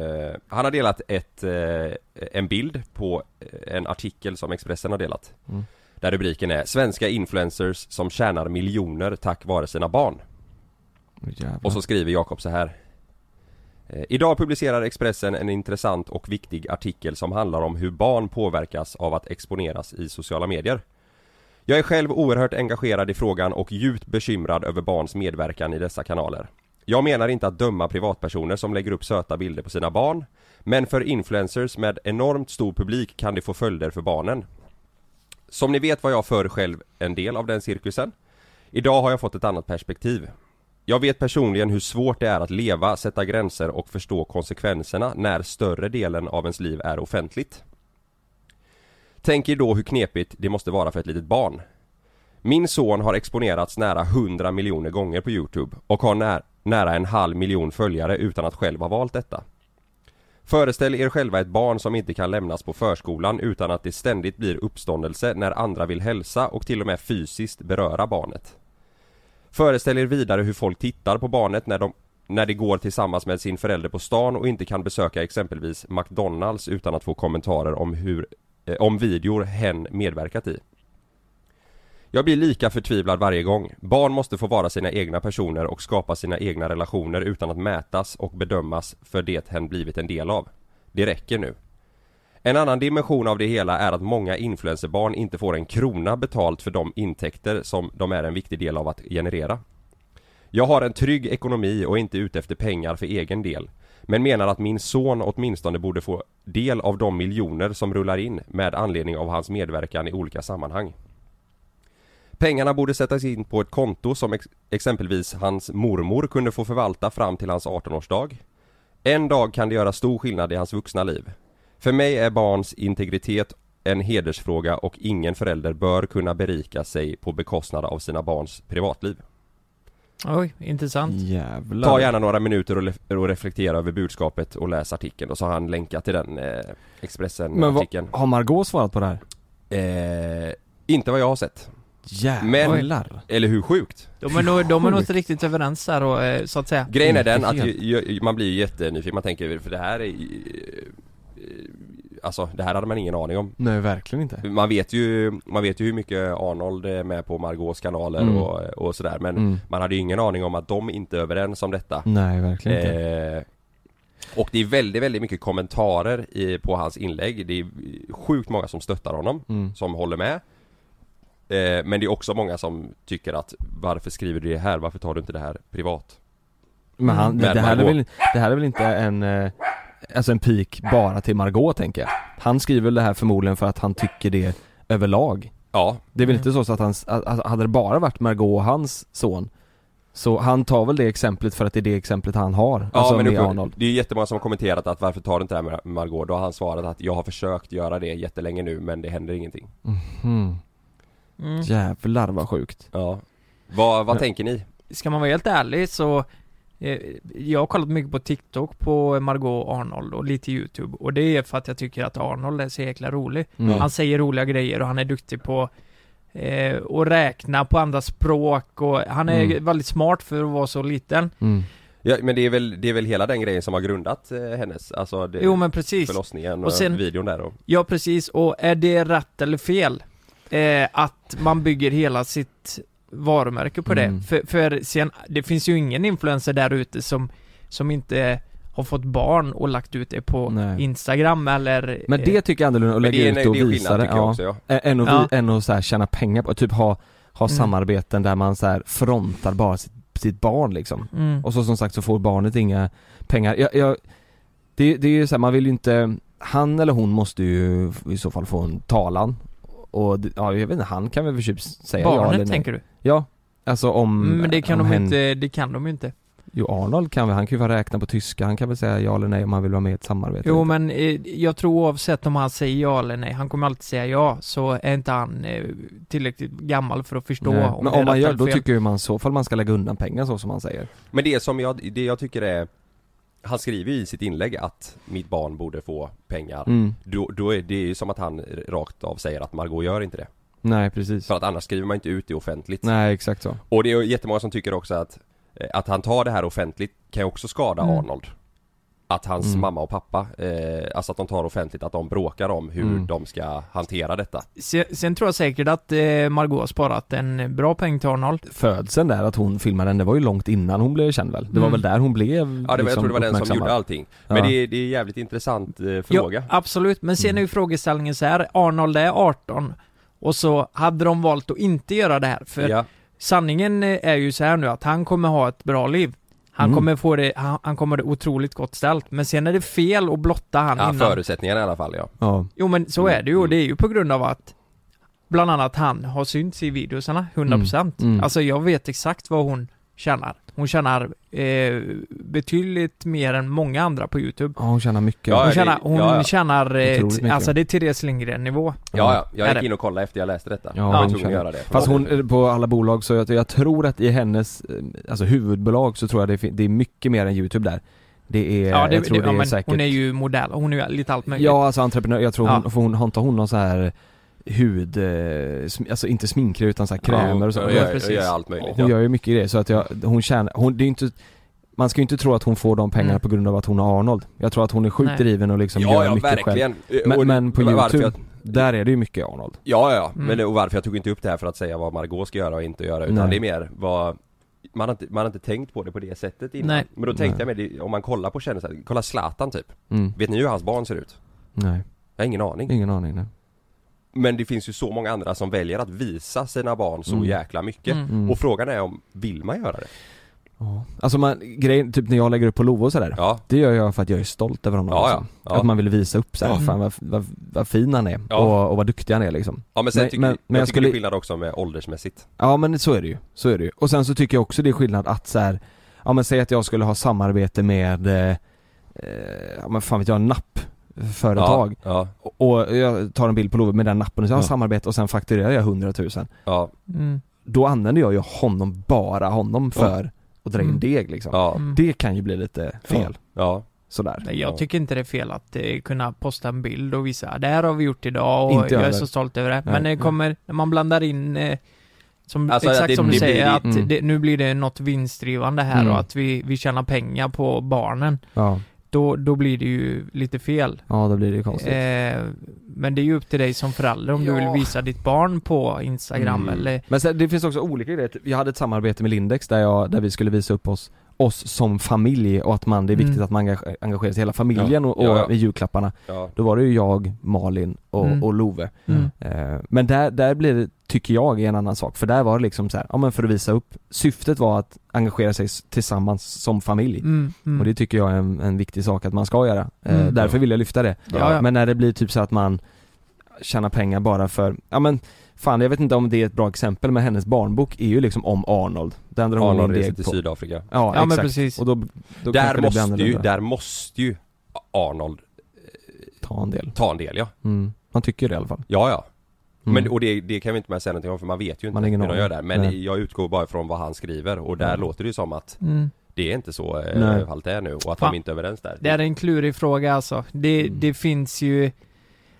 S8: Eh, han har delat ett, eh, en bild på eh, en artikel som Expressen har delat
S7: Mm.
S8: Där rubriken är 'Svenska influencers som tjänar miljoner tack vare sina barn' Och så skriver Jakob så här. Eh, Idag publicerar Expressen en intressant och viktig artikel som handlar om hur barn påverkas av att exponeras i sociala medier. Jag är själv oerhört engagerad i frågan och djupt bekymrad över barns medverkan i dessa kanaler. Jag menar inte att döma privatpersoner som lägger upp söta bilder på sina barn, men för influencers med enormt stor publik kan det få följder för barnen. Som ni vet var jag förr själv en del av den cirkusen. Idag har jag fått ett annat perspektiv. Jag vet personligen hur svårt det är att leva, sätta gränser och förstå konsekvenserna när större delen av ens liv är offentligt. Tänk er då hur knepigt det måste vara för ett litet barn. Min son har exponerats nära 100 miljoner gånger på Youtube och har nä- nära en halv miljon följare utan att själv ha valt detta. Föreställ er själva ett barn som inte kan lämnas på förskolan utan att det ständigt blir uppståndelse när andra vill hälsa och till och med fysiskt beröra barnet. Föreställ er vidare hur folk tittar på barnet när de när det går tillsammans med sin förälder på stan och inte kan besöka exempelvis McDonalds utan att få kommentarer om hur eh, om videor hen medverkat i. Jag blir lika förtvivlad varje gång. Barn måste få vara sina egna personer och skapa sina egna relationer utan att mätas och bedömas för det hen blivit en del av. Det räcker nu. En annan dimension av det hela är att många influencerbarn inte får en krona betalt för de intäkter som de är en viktig del av att generera. Jag har en trygg ekonomi och är inte ute efter pengar för egen del. Men menar att min son åtminstone borde få del av de miljoner som rullar in med anledning av hans medverkan i olika sammanhang. Pengarna borde sättas in på ett konto som ex- exempelvis hans mormor kunde få förvalta fram till hans 18-årsdag. En dag kan det göra stor skillnad i hans vuxna liv. För mig är barns integritet en hedersfråga och ingen förälder bör kunna berika sig på bekostnad av sina barns privatliv.
S6: Oj, intressant.
S7: Mm. Jävlar.
S8: Ta gärna några minuter och, lef- och reflektera över budskapet och läs artikeln och så har han länkat till den eh,
S7: Men vad,
S8: Expressen-artikeln.
S7: har Margot svarat på det här?
S8: Eh, inte vad jag har sett.
S7: Jävlar.
S8: Men, eller hur sjukt?
S6: De är nog, de är nog
S7: Sjukt.
S6: inte riktigt överens där och, eh, så att säga.
S8: Grejen är den
S6: Inte
S8: att
S6: helt.
S8: ju, ju, man blir ju jättenyfiken, man tänker för det här är ju- eh, Alltså det här hade man ingen aning om.
S7: Nej, verkligen inte.
S8: Man vet ju, man vet ju hur mycket Arnold är med på Margots kanaler
S7: Mm.
S8: och, och sådär men
S7: Mm.
S8: man hade ju ingen aning om att de inte är överens om detta.
S7: Nej, verkligen inte.
S8: Eh, och det är väldigt, väldigt mycket kommentarer i, på hans inlägg. Det är sjukt många som stöttar honom,
S7: Mm.
S8: som håller med. Eh, men det är också många som tycker att varför skriver du det här? Varför tar du inte det här privat?
S7: Men han, det,
S8: Men
S7: det, här är
S8: Margot.
S7: väl, det här är väl inte en, eh, alltså en pik bara till Margot tänker jag. Han skriver väl det här förmodligen för att han tycker det överlag.
S8: Ja,
S7: Det är väl
S6: Mm.
S7: inte så att hans, att- att- hade det bara varit Margot och hans son så han tar väl det exemplet för att det är det exemplet han har,
S8: ja
S7: alltså
S8: men
S7: med
S8: det,
S7: Arnold.
S8: det är jättemånga som har kommenterat att varför tar du inte det här med Margot? Då har han svarat att jag har försökt göra det jättelänge nu men det händer ingenting.
S7: Mm.
S6: Mm.
S7: Jävlar vad sjukt.
S8: Ja. Vad, vad
S7: Men-
S8: tänker ni?
S6: Ska man vara helt ärlig så eh, Jag har kollat mycket på TikTok på Margot och Arnold och lite YouTube och det är för att jag tycker att Arnold är så jäkla rolig.
S7: Mm.
S6: Han säger roliga grejer och han är duktig på eh, att räkna på andra språk och han är
S7: Mm.
S6: väldigt smart för att vara så liten.
S7: Mm.
S8: Ja, men det är, väl, det är väl hela den grejen som har grundat eh, hennes, alltså det,
S6: Jo men precis.
S8: förlossningen och,
S6: Och sen-
S8: videon där och,
S6: Ja precis, och är det rätt eller fel? Eh, att man bygger hela sitt varumärke på det.
S7: Mm.
S6: För, för sen, det finns ju ingen influencer där ute som, som inte har fått barn och lagt ut det på
S7: Nej.
S6: Instagram eller...
S7: Men
S6: eh,
S7: det tycker jag annorlunda, att
S8: Men
S7: lägga
S8: det är, en- det är
S7: ut och visa
S8: skillnad
S7: det.
S8: tycker jag
S7: Ja.
S8: också ja.
S7: Ä- Än att,
S6: Ja.
S7: vi, än att så här tjäna pengar på, typ ha, ha
S6: Mm.
S7: samarbeten där man så här frontar bara sitt, sitt barn liksom.
S6: mm,
S7: Och så som sagt så får barnet inga pengar. Jag, jag, det, det är ju så här, man vill ju inte, han eller hon måste ju i så fall få en talan. Och det, ja, jag vet inte, han kan väl för typ säga ja eller
S6: barnet
S7: nej.
S6: tänker du? Mm,
S7: Ja, alltså om...
S6: Men det kan
S7: om
S6: de ju
S7: hen-
S6: inte, det kan de ju inte.
S7: Jo Arnold kan väl, han kan ju bara räkna på tyska, han kan väl säga ja eller nej om han vill vara med i ett samarbete.
S6: Jo men eh, jag tror oavsett om han säger ja eller nej, han kommer alltid säga ja, så är inte han eh, tillräckligt gammal för att förstå
S7: Nej,
S6: om
S7: Men
S6: det är
S7: om man
S6: rätt
S7: gör,
S6: eller
S7: då
S6: fel.
S7: tycker ju man så fall man ska lägga undan pengar så som man säger.
S8: Men det som jag, det jag tycker är Han skriver ju i sitt inlägg att mitt barn borde få pengar
S7: Mm.
S8: då, då är det ju som att han rakt av säger att Margot gör inte det
S7: Nej precis.
S8: För att annars skriver man inte ut det offentligt
S7: Nej exakt så.
S8: Och det är ju jättemånga som tycker också att eh, Att han tar det här offentligt kan ju också skada
S6: Mm.
S8: Arnold Att hans
S7: Mm.
S8: mamma och pappa, eh, alltså att de tar offentligt att de bråkar om hur
S6: Mm.
S8: de ska hantera detta.
S6: Se- Sen tror jag säkert att eh, Margot har sparat en bra peng till Arnold.
S7: Födseln där, att hon filmade den, det var ju långt innan hon blev känd väl? Det var
S6: Mm.
S7: väl där hon blev Ja
S8: Ja, det, var jag tror det var den som gjorde allting. Men det, är- det är jävligt intressant eh, fråga.
S6: Ja, absolut, men
S8: Mm.
S6: sen är ju frågeställningen så här. Arnold är 18 och så hade de valt att inte göra det här för
S8: Ja.
S6: sanningen eh, är ju så här nu att han kommer ha ett bra liv. Han
S8: Mm.
S6: kommer få det, han, han kommer ha det otroligt gott ställt. Men sen är det fel att blotta han
S8: Ja,
S6: innan.
S8: förutsättningarna i alla fall ja.
S7: Ja.
S6: Jo men så
S7: Mm.
S6: är det ju och det är ju på grund av att bland annat han har synts i videosarna 100%.
S7: Mm. Mm.
S6: Alltså jag vet exakt vad hon tjänar. Hon tjänar eh, betydligt mer än många andra på Youtube.
S7: Ja, hon tjänar mycket.
S6: hon tjänar, hon tjänar eh,
S7: Otroligt mycket.
S6: alltså det är Therese Lindgren nivå.
S8: Ja, ja. Jag
S6: Är
S8: gick
S6: det.
S8: in och kollade efter jag läste detta.
S7: Ja,
S8: jag var
S7: hon
S8: tvungen att
S7: tjänar-
S8: göra det.
S7: Fast hon, eh, på alla bolag, så jag, jag tror att i hennes eh, alltså huvudbolag så tror jag det, fin- det är mycket mer än Youtube där. Det är,
S6: Ja, det,
S7: jag tror
S6: det,
S7: det,
S6: ja,
S7: är
S6: men
S7: säkert
S6: hon är ju modell, hon är ju lite allt möjligt.
S7: Ja, alltså entreprenör. Jag tror
S6: Ja.
S7: hon, för hon, har inte hon någon så här hud, eh, sm- alltså inte sminkgrej utan så här krämer och så.
S8: hon gör- hon gör allt möjligt,
S7: Hon
S8: ja.
S7: gör ju mycket grejer så att jag, hon tjänar, hon, det är ju inte man ska ju inte tro att hon får de pengarna
S8: Mm.
S7: på grund av att hon har Arnold. Jag tror att hon är sjukt
S8: Nej.
S7: driven och liksom
S8: Ja,
S7: gör
S8: ja,
S7: mycket
S8: verkligen.
S7: själv.
S8: Eh,
S7: Men,
S8: och
S7: men på
S8: varför
S7: Youtube,
S8: jag-
S7: där är det ju mycket Arnold.
S8: Ja, ja, ja.
S7: Mm.
S8: Men, och varför jag tog inte upp det här för att säga vad Margot ska göra och inte göra utan
S7: Nej.
S8: det är mer vad man har, inte, man har inte tänkt på det på det sättet innan.
S7: Nej.
S8: Men då tänkte jag med det, om man kollar på kändisar, kolla Zlatan typ.
S7: Mm.
S8: Vet ni hur hans barn ser ut?
S7: Nej.
S8: Jag har ingen aning.
S7: Ingen aning nej.
S8: Men det finns ju så många andra som väljer att visa sina barn så
S7: Mm.
S8: jäkla mycket.
S7: Mm.
S8: Och frågan är om, vill man göra det?
S7: Alltså man, grejen, typ när jag lägger upp på Love och sådär Det gör jag för att jag är stolt över honom
S8: Ja, ja.
S7: liksom.
S8: Ja.
S7: Att man vill visa upp såhär,
S8: Ja.
S7: fan vad, vad, vad fin han är
S8: Ja.
S7: och, och vad duktig han är liksom
S8: Ja men sen tycker jag,
S7: men
S8: jag, tycker det är skillnad också med åldersmässigt.
S7: Ja men så är det ju, så är det ju. Och sen så tycker jag också det är skillnad att så här, ja men säg att jag skulle ha samarbete med, eh, eh, ja men fan vet jag, nappföretag.
S8: Ja, ja.
S7: Och och jag tar en bild på Love med den nappen och så har jag
S8: Ja.
S7: samarbete och sen fakturerar jag 100 000.
S8: Ja.
S6: Mm.
S7: Då använder jag ju honom, bara honom för att dra in
S6: Mm.
S7: deg liksom.
S8: Ja.
S6: Mm.
S7: Det kan ju bli lite fel.
S8: Ja.
S7: Sådär.
S6: Nej, jag
S7: Ja.
S6: tycker inte det är fel att eh, kunna posta en bild och visa det här har vi gjort idag och
S7: Inte jag
S6: jag är
S7: heller.
S6: så stolt över det.
S7: Nej.
S6: Men det
S7: Mm.
S6: kommer, när man blandar in eh, som,
S8: Alltså, att
S6: exakt
S8: det-
S6: som
S8: det
S6: du
S8: blir-
S6: säger, att
S8: Mm.
S6: det, nu blir det något vinstdrivande här
S7: Mm.
S6: och att vi, vi tjänar pengar på barnen.
S7: Ja.
S6: Då, då blir det ju lite fel.
S7: Ja, då blir det ju konstigt.
S6: Eh, men det är ju upp till dig som förälder om du
S7: Ja.
S6: vill visa ditt barn på Instagram
S7: Mm.
S6: eller
S7: Men sen, det finns också olika grejer, Typ, jag hade ett samarbete med Lindex där, jag, där vi skulle visa upp oss, oss som familj och att man, det är viktigt
S6: Mm.
S7: att man engage- engagerar sig i hela familjen
S6: Ja,
S7: och, och
S6: ja, ja.
S7: i julklapparna
S8: Ja.
S7: Då var det ju jag, Malin och,
S6: Mm.
S7: och Love
S6: Mm.
S7: Eh, Men där, där blir det, tycker jag, är en annan sak för där var det liksom så här, ja men för att visa upp, syftet var att engagera sig s- tillsammans som familj
S6: Mm, mm.
S7: och det tycker jag är en, en viktig sak att man ska göra, Eh,
S6: Mm.
S7: därför vill jag lyfta det
S6: Ja, ja.
S7: Men när det blir typ så att man tjänar pengar bara för, ja men fan jag vet inte om det är ett bra exempel men hennes barnbok är ju liksom om Arnold. Den drar hon
S8: Arnold
S7: in
S8: reser
S7: deg
S8: till
S7: på.
S8: Sydafrika.
S7: Ja,
S8: Ja, men
S7: exakt.
S8: precis.
S7: Och då, då kanske
S8: där,
S7: det blir
S8: måste ju,
S7: annorlunda.
S8: där måste ju Arnold
S7: Ta en del.
S8: ta en del ja.
S7: Mm. Man tycker det i alla fall.
S8: Ja, ja.
S7: Mm.
S8: Men, och det, det kan vi inte med säga någonting om för man vet ju inte
S7: Man har ingen
S8: hur de
S7: aning.
S8: gör där. Men
S7: Nej.
S8: jag utgår bara från vad han skriver och där
S7: Mm.
S8: låter det ju som att
S6: Mm.
S8: det är inte så
S7: Nej.
S8: eh, allt det är nu och att
S6: Fan.
S8: de inte är överens där.
S6: Det är en klurig fråga alltså. Det,
S7: Mm.
S6: det finns ju,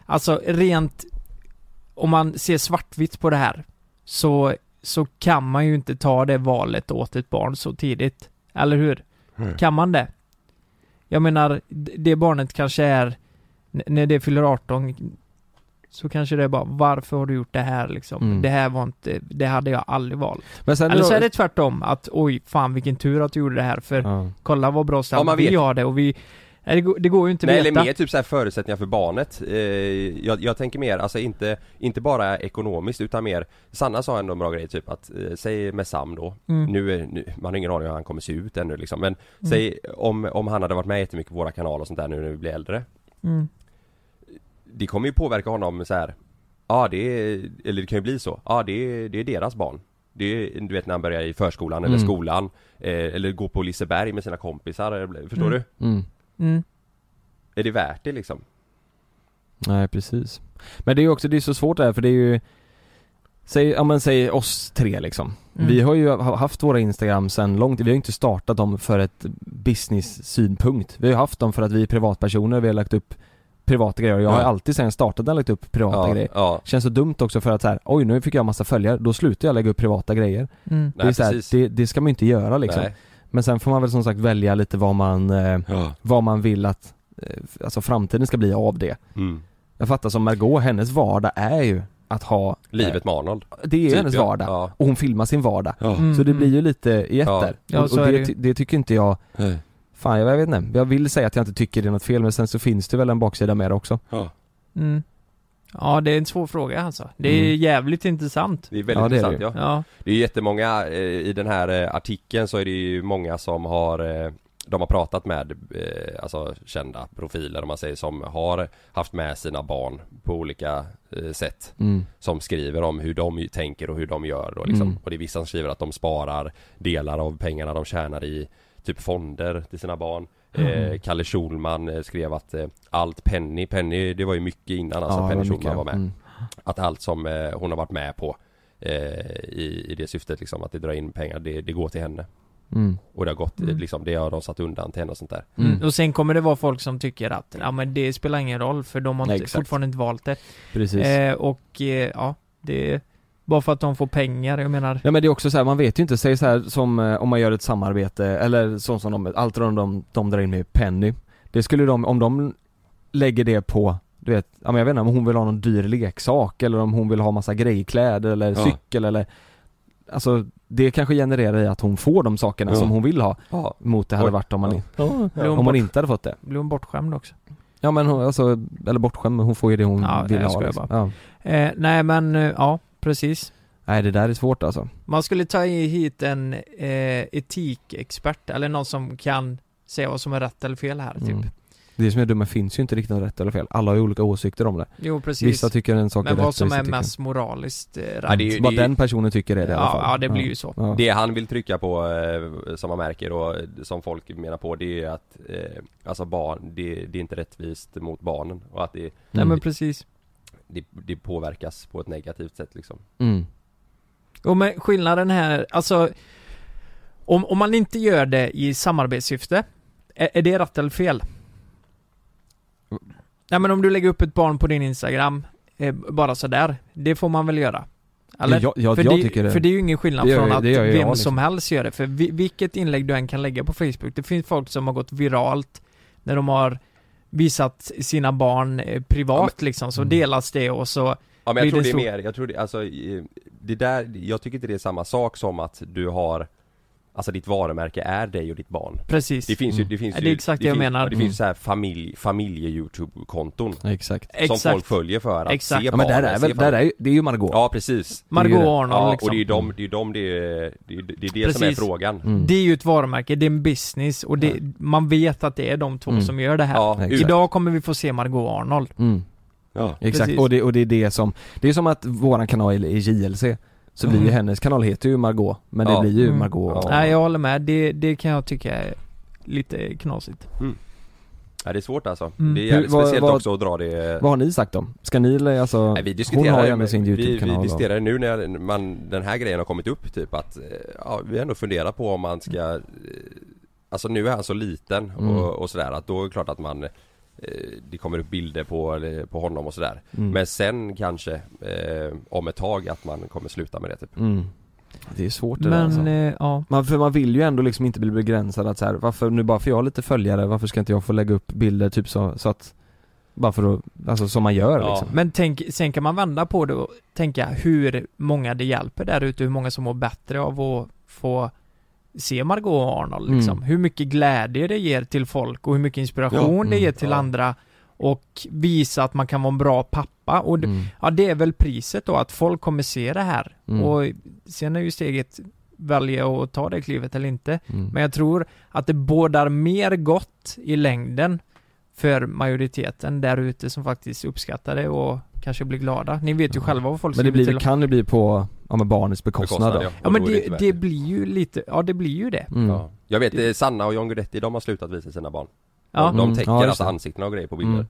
S6: alltså rent, om man ser svartvitt på det här, så, så kan man ju inte ta det valet åt ett barn så tidigt. Eller hur?
S8: Mm.
S6: Kan man det? Jag menar, d- det barnet kanske är, n- när det fyller 18, så kanske det är bara, varför har du gjort det här liksom?
S7: Mm.
S6: Det här var inte, det hade jag aldrig valt.
S7: Men sen är
S6: Eller
S7: det-
S6: så är det tvärtom, att oj, fan vilken tur att du gjorde det här för kolla vad bra
S8: Ja,
S6: ställt
S8: man
S6: vi
S8: vet.
S6: har det och vi Nej, det, går, det går ju inte
S8: Nej,
S6: att veta.
S8: eller mer typ så här förutsättningar för barnet. Eh, jag, jag tänker mer, alltså inte, inte bara ekonomiskt utan mer Sanna sa ändå en bra grej typ att, eh, säg med Sam då,
S7: Mm.
S8: nu, är- nu, man har ingen aning hur han kommer se ut ännu liksom men
S7: Mm.
S8: säg om, om han hade varit med jättemycket på våra kanaler och sånt där nu när vi blir äldre.
S6: Mm.
S8: Det kommer ju påverka honom så här. ja det är, eller det kan ju bli så, ja det är, det är deras barn. Det är, du vet när han börjar i förskolan eller
S7: Mm.
S8: skolan, eh, eller går på Liseberg med sina kompisar, eller- förstår
S6: Mm.
S8: du?
S7: Mm.
S6: Mm.
S8: Är det värt det liksom?
S7: Nej precis. Men det är ju också, det är så svårt det här för det är ju Säg, ja men säg oss tre liksom.
S6: Mm.
S7: Vi har ju ha- haft våra Instagram sen långt, vi har ju inte startat dem för ett business-synpunkt. Vi har ju haft dem för att vi är privatpersoner, vi har lagt upp privata grejer. Jag har
S8: Ja.
S7: alltid sen jag startade lagt upp privata
S8: Ja,
S7: grejer.
S8: ja.
S7: Känns så dumt också för att så här, oj nu fick jag massa följare, då slutar jag lägga upp privata grejer.
S8: Mm.
S7: Det, är
S8: Nej,
S7: så här,
S8: precis.
S7: det, det ska man ju inte göra liksom.
S8: Nej.
S7: Men sen får man väl som sagt välja lite vad man, eh, vad man vill att eh, f- alltså framtiden ska bli av det.
S8: Mm.
S7: Jag fattar som Margot, hennes vardag är ju att ha eh,
S8: Livet med Arnold.
S7: Det är ju
S8: Typ,
S7: hennes
S8: ja.
S7: vardag
S8: Ja.
S7: och hon filmar sin vardag.
S8: Mm,
S7: Så det blir ju lite i ett
S8: Ja.
S7: där.
S8: Ja,
S7: och
S8: så
S7: och
S8: är
S7: det,
S8: det ju.
S7: ty- det tycker inte jag, fan jag, jag vet inte, jag vill säga att jag inte tycker det är något fel men sen så finns det väl en baksida med det också.
S6: Mm. Ja, det är en svår fråga alltså. Det är
S7: Mm.
S6: jävligt intressant.
S8: Det är väldigt intressant ja.
S6: ja.
S8: Det är ju jättemånga, eh, i den här eh, artikeln så är det ju många som har eh, De har pratat med eh, alltså kända profiler om man säger som har haft med sina barn på olika eh, sätt
S7: Mm.
S8: Som skriver om hur de ju tänker och hur de gör då liksom.
S7: Mm.
S8: Och det är vissa som skriver att de sparar delar av pengarna de tjänar i typ fonder till sina barn eh,
S7: Mm.
S8: Kalle Schulman eh, skrev att eh, allt Penny, Penny det var ju mycket innan alltså
S7: Ja, det
S8: Penny Schulman
S7: var mycket, ja.
S8: var med
S7: Mm.
S8: Att allt som eh, hon har varit med på eh, i, i det syftet liksom att det drar in pengar, det, det går till henne
S7: Mm.
S8: Och det har gått, eh,
S6: Mm.
S8: liksom, det har de satt undan till henne och sånt där
S6: Mm. Och sen kommer det vara folk som tycker att ja, men det spelar ingen roll för de har
S8: Nej,
S6: inte,
S8: exakt.
S6: fortfarande inte valt det.
S7: Precis.
S6: Eh, och eh, ja, det är bara för att de får pengar, jag menar.
S7: Ja men det är också så här, man vet ju inte, säg så här som eh, om man gör ett samarbete eller så som de, allt de, de, de drar in med Penny Det skulle de, om de lägger det på, du vet, ja men jag vet inte om hon vill ha någon dyr leksak eller om hon vill ha massa grejkläder eller
S8: Ja.
S7: cykel eller Alltså det kanske genererar i att hon får de sakerna
S8: Ja.
S7: som hon vill ha
S8: Ja.
S7: mot det hade
S8: Oj.
S7: varit om man,
S8: Ja.
S7: i-
S8: Ja. Blir hon
S7: om man
S8: bort-
S7: inte hade fått det
S6: Blir hon bortskämd också?
S7: Ja men hon, alltså, eller bortskämd, men hon får ju det hon
S6: Ja, nej,
S7: vill
S6: jag
S7: ha
S6: skojar
S7: liksom.
S6: bara.
S7: ja.
S6: Eh, nej men, eh, ja, precis.
S7: Nej det där är svårt alltså
S6: Man skulle ta i- hit en eh, etikexpert, eller någon som kan säga vad som är rätt eller fel här, typ.
S7: Mm. Det som är dumt, det finns ju inte riktigt något rätt eller fel. Alla har ju olika åsikter om det.
S6: Jo, precis.
S7: Vissa tycker en sak
S6: men
S7: är rätt
S6: vad som
S7: vissa
S6: är
S7: tycker- Mm.
S6: mest moraliskt eh, rätt.
S8: Ja, det är ju-
S7: Vad den personen tycker är det i alla
S8: Ja,
S7: fall.
S8: ja, det blir ju så.
S7: Ja.
S8: Det han vill trycka på eh, som man märker och eh, som folk menar på det är att eh, Alltså barn, det, det är inte rättvist mot barnen och att det
S6: Nej men precis.
S8: det, det påverkas på ett negativt sätt liksom
S7: Mm.
S6: Och men skillnaden här, alltså om, om man inte gör det i samarbetssyfte, är, är det rätt eller fel? Nej men om du lägger upp ett barn på din Instagram, eh, bara sådär, det får man väl göra? Eller?
S7: Ja, ja,
S6: för,
S7: jag
S6: det,
S7: tycker det.
S6: för det är ju ingen skillnad
S7: Det gör-
S6: från att
S7: det gör ju
S6: vem
S7: jag, liksom.
S6: som helst gör det, för vi, vilket inlägg du än kan lägga på Facebook, det finns folk som har gått viralt när de har visat sina barn eh, privat liksom,
S7: Mm.
S6: så delas det och så
S8: Ja men jag
S6: blir
S8: tror det är
S6: stor-
S8: mer, jag tror det, alltså eh, Det där, jag tycker inte det är samma sak som att du har Alltså ditt varumärke är dig och ditt barn
S6: Precis.
S8: Det finns ju,
S6: Mm.
S8: det finns
S6: Ja,
S8: ju
S6: det är exakt det jag
S8: finns,
S6: menar.
S8: ja, Det
S6: Mm.
S8: finns så här familj, familje-youtube-konton
S7: Exakt
S8: Som
S6: Exakt.
S8: folk följer för att
S6: Exakt.
S8: se
S6: Ja, men där
S8: barnen,
S6: är
S8: se
S6: väl-
S8: familjen.
S6: där är ju-
S7: det är ju Margot
S8: Ja precis
S6: Margot
S8: Det är ju det.
S6: och Arnold,
S8: Ja
S6: liksom.
S8: och det är ju de, det är ju de det är, det är det, är det som är frågan
S7: Mm.
S6: Det är ju ett varumärke, det är en business och det, man vet att det är de två
S7: Mm.
S6: som gör det här.
S7: Ja, Exakt.
S6: Idag kommer vi få se Margot Arnold.
S7: Mm. Exakt,
S6: Precis.
S7: och det, och det är det som, det är som att våran kanal är JLC. Så blir ju
S6: Mm.
S7: hennes kanal heter ju Margot, men
S6: Ja.
S7: det blir ju
S6: Mm.
S7: Margot och-
S6: Nej, jag håller med. Det, det kan jag tycka är lite knasigt.
S8: Ja det är svårt alltså
S6: Mm.
S8: Det är jävligt
S7: Hur- vad-
S8: speciellt
S7: vad-
S8: också att dra det
S7: Vad har ni sagt om? Ska ni,
S8: Nej,
S7: alltså,
S8: vi
S7: hon har ju
S8: diskuterar,
S7: ändå sin
S8: vi, vi
S7: YouTube-kanal och-
S8: diskuterar nu när man, den här grejen har kommit upp typ att eh, ja, vi har ändå funderat på om man ska eh, Alltså nu är han så liten
S7: Mm.
S8: och, och sådär att då är det klart att man eh, Det kommer upp bilder på, på honom och sådär
S7: Mm.
S8: Men sen kanske eh, om ett tag att man kommer sluta med det typ
S7: Mm. Det är svårt det
S6: Men,
S7: där alltså.
S6: eh, ja.
S7: man, För man vill ju ändå liksom inte bli begränsad att så här, varför, nu bara för jag har lite följare, varför ska inte jag få lägga upp bilder typ så, så att Bara för att, alltså som man gör liksom
S6: Men tänk, sen kan man vända på det och tänka hur många det hjälper där ute, hur många som mår bättre av att få se Margot och Arnold liksom.
S7: Mm.
S6: Hur mycket glädje det ger till folk och hur mycket inspiration
S7: Ja.
S6: det
S7: Mm.
S6: ger till
S7: Ja.
S6: andra och visa att man kan vara en bra pappa och d-
S7: Mm.
S6: ja, det är väl priset då att folk kommer se det här
S7: Mm.
S6: och sen är ju steget välja att ta det klivet eller inte.
S7: Mm.
S6: Men jag tror att det bådar mer gott i längden för majoriteten där ute som faktiskt uppskattar det och kanske blir glada. Ni vet ju själva vad folk
S7: Men det
S6: skriver
S7: blir,
S6: till
S7: kan det bli på, ja men barnets bekostnad,
S8: Bekostnad,
S7: då.
S8: ja.
S6: Ja men
S8: Och då är det
S6: det,
S8: inte värt
S6: det blir ju lite, ja det blir ju det.
S7: Mm.
S8: Ja. Jag vet eh, Sanna och John Guidetti de har slutat visa sina barn
S6: Ja.
S8: De, de
S6: Mm.
S8: täcker
S7: Ja, just
S8: alltså
S7: det.
S8: ansiktena och grejer på bilder
S7: Mm.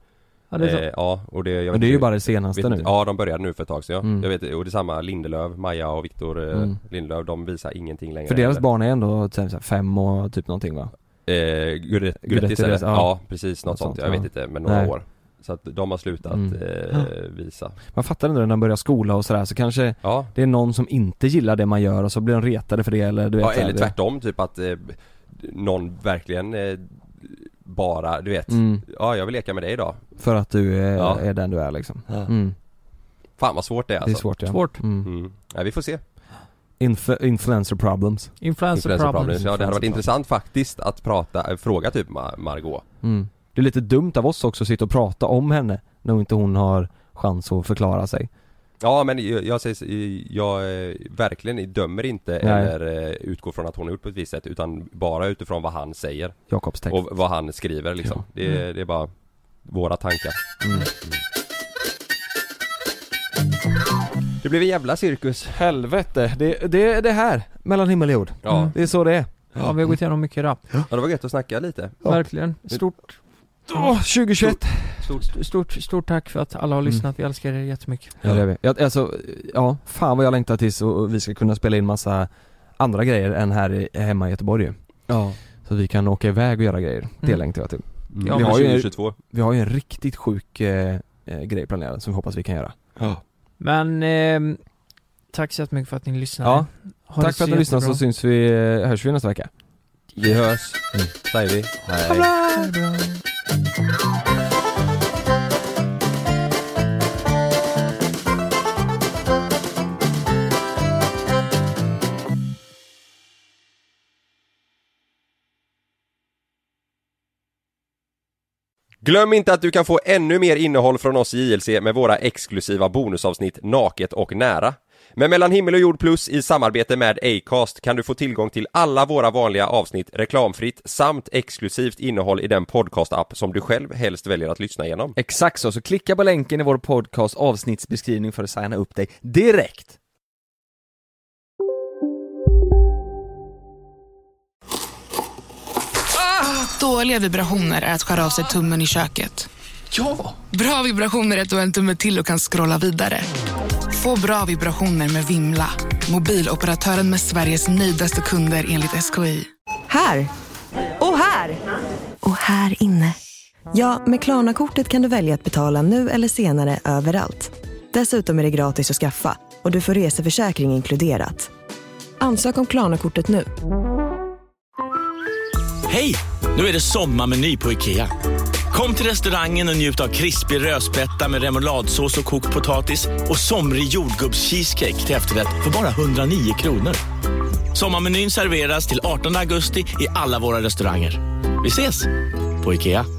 S6: Ja, det är så.
S8: Eh, ja, och det, jag vet
S7: Men det är ju
S8: inte-
S7: bara det senaste
S8: vet
S7: nu.
S8: inte- Ja, de började nu för ett tag sedan ja.
S7: Mm.
S8: Jag vet, och detsamma Lindelöv, Maja och Viktor eh,
S7: Mm.
S8: Lindelöv, de visar ingenting längre
S7: För deras
S8: heller.
S7: barn är ändå typ så här fem och typ någonting va?
S8: Eh, Guret- Gurettis
S7: Gurettis,
S8: eller?
S7: ja.
S8: Ja. precis, något, sånt. Jag
S7: ja.
S8: vet inte, men några
S7: Nej.
S8: år Så att de har slutat
S7: Mm.
S8: eh, visa
S7: Man fattar ändå när de börjar skola och sådär så kanske
S8: Ja.
S7: det är någon som inte gillar det man gör och så blir de retade för det eller du vet
S8: Ja,
S7: så här,
S8: eller
S7: det-
S8: tvärtom typ att eh, någon verkligen eh, bara, du vet,
S7: Mm.
S8: ja jag vill leka med dig idag.
S7: För att du är,
S8: Ja.
S7: är den du är liksom.
S8: Ja.
S7: Mm.
S8: Fan vad svårt det är
S7: Det är
S8: alltså.
S7: svårt, ja. Svårt. Mm.
S8: Mm. Ja, vi får se.
S7: Influ- influencer problems.
S8: Influencer problems. Ja, det hade varit intressant faktiskt att prata, eh, fråga typ Mar- Margot.
S7: Mm. Det är lite dumt av oss också att sitta och prata om henne när inte hon har chans att förklara sig.
S8: Ja men jag, jag säger, jag eh, verkligen dömer inte
S7: Nej.
S8: eller eh, utgår från att hon har gjort på ett visst sätt utan bara utifrån vad han säger.
S7: Jakobs text.
S8: Och vad han skriver liksom.
S7: Ja.
S8: Det, är- det är bara våra tankar.
S7: Mm.
S8: Det blev en jävla cirkus.
S7: Helvete, det, det är det här. Mellan himmel och jord.
S8: Ja.
S7: Det är så det är.
S6: Ja, vi har gått igenom mycket rap.
S8: Ja det var gött att snacka lite.
S6: Verkligen. Stort...
S7: Åh, 2021.
S8: Stort,
S6: stort, stort tack för att alla har lyssnat. Vi älskar er jättemycket.
S7: Mm. Ja, det gör vi. Jag, alltså, ja, fan vad jag längtar tills och- och vi ska kunna spela in massa andra grejer än här i, hemma i Göteborg ju.
S8: Ja.
S7: Så att vi kan åka iväg och göra grejer. Det
S8: Mm.
S7: längtar jag till.
S8: Mm. Ja, men 2022.
S7: En, vi har ju en riktigt sjuk eh, eh, grej planerad som vi hoppas vi kan göra.
S8: Ja.
S6: Men ehm, tack så jättemycket för att ni lyssnade.
S7: Ja.
S6: Ha det
S7: Tack för att ni
S6: så
S7: lyssnade så
S6: jättebra.
S7: syns vi, eh, hörs vi nästa vecka.
S8: Vi hörs. Säger vi. Hej.
S6: Ha det bra.
S8: Glöm inte att du kan få ännu mer innehåll från oss i JLC med våra exklusiva bonusavsnitt Naket och nära. Med Mellan himmel och jord plus i samarbete med Acast kan du få tillgång till alla våra vanliga avsnitt reklamfritt samt exklusivt innehåll i den podcast-app som du själv helst väljer att lyssna igenom.
S7: Exakt så, så klicka på länken i vår podcast avsnittsbeskrivning för att signa upp dig direkt.
S11: Dåliga vibrationer är att skära av sig tummen i köket. Ja! Bra vibrationer är att du har en tumme till och kan scrolla vidare. Få bra vibrationer med Vimla. Mobiloperatören med Sveriges nöjdaste kunder enligt SKI.
S5: Här! Och här! Och här inne. Ja, med Klarna-kortet kan du välja att betala nu eller senare överallt. Dessutom är det gratis att skaffa och du får reseförsäkring inkluderat. Ansök om Klarna-kortet nu.
S12: Hej! Nu är det sommarmeny på IKEA. Kom till restaurangen och njut av krispig rödspätta med remouladsås och kokt potatis och somrig jordgubbscheesecake till efterrätt för bara 109 kronor. Sommarmenyn serveras till 18 augusti i alla våra restauranger. Vi ses! På IKEA.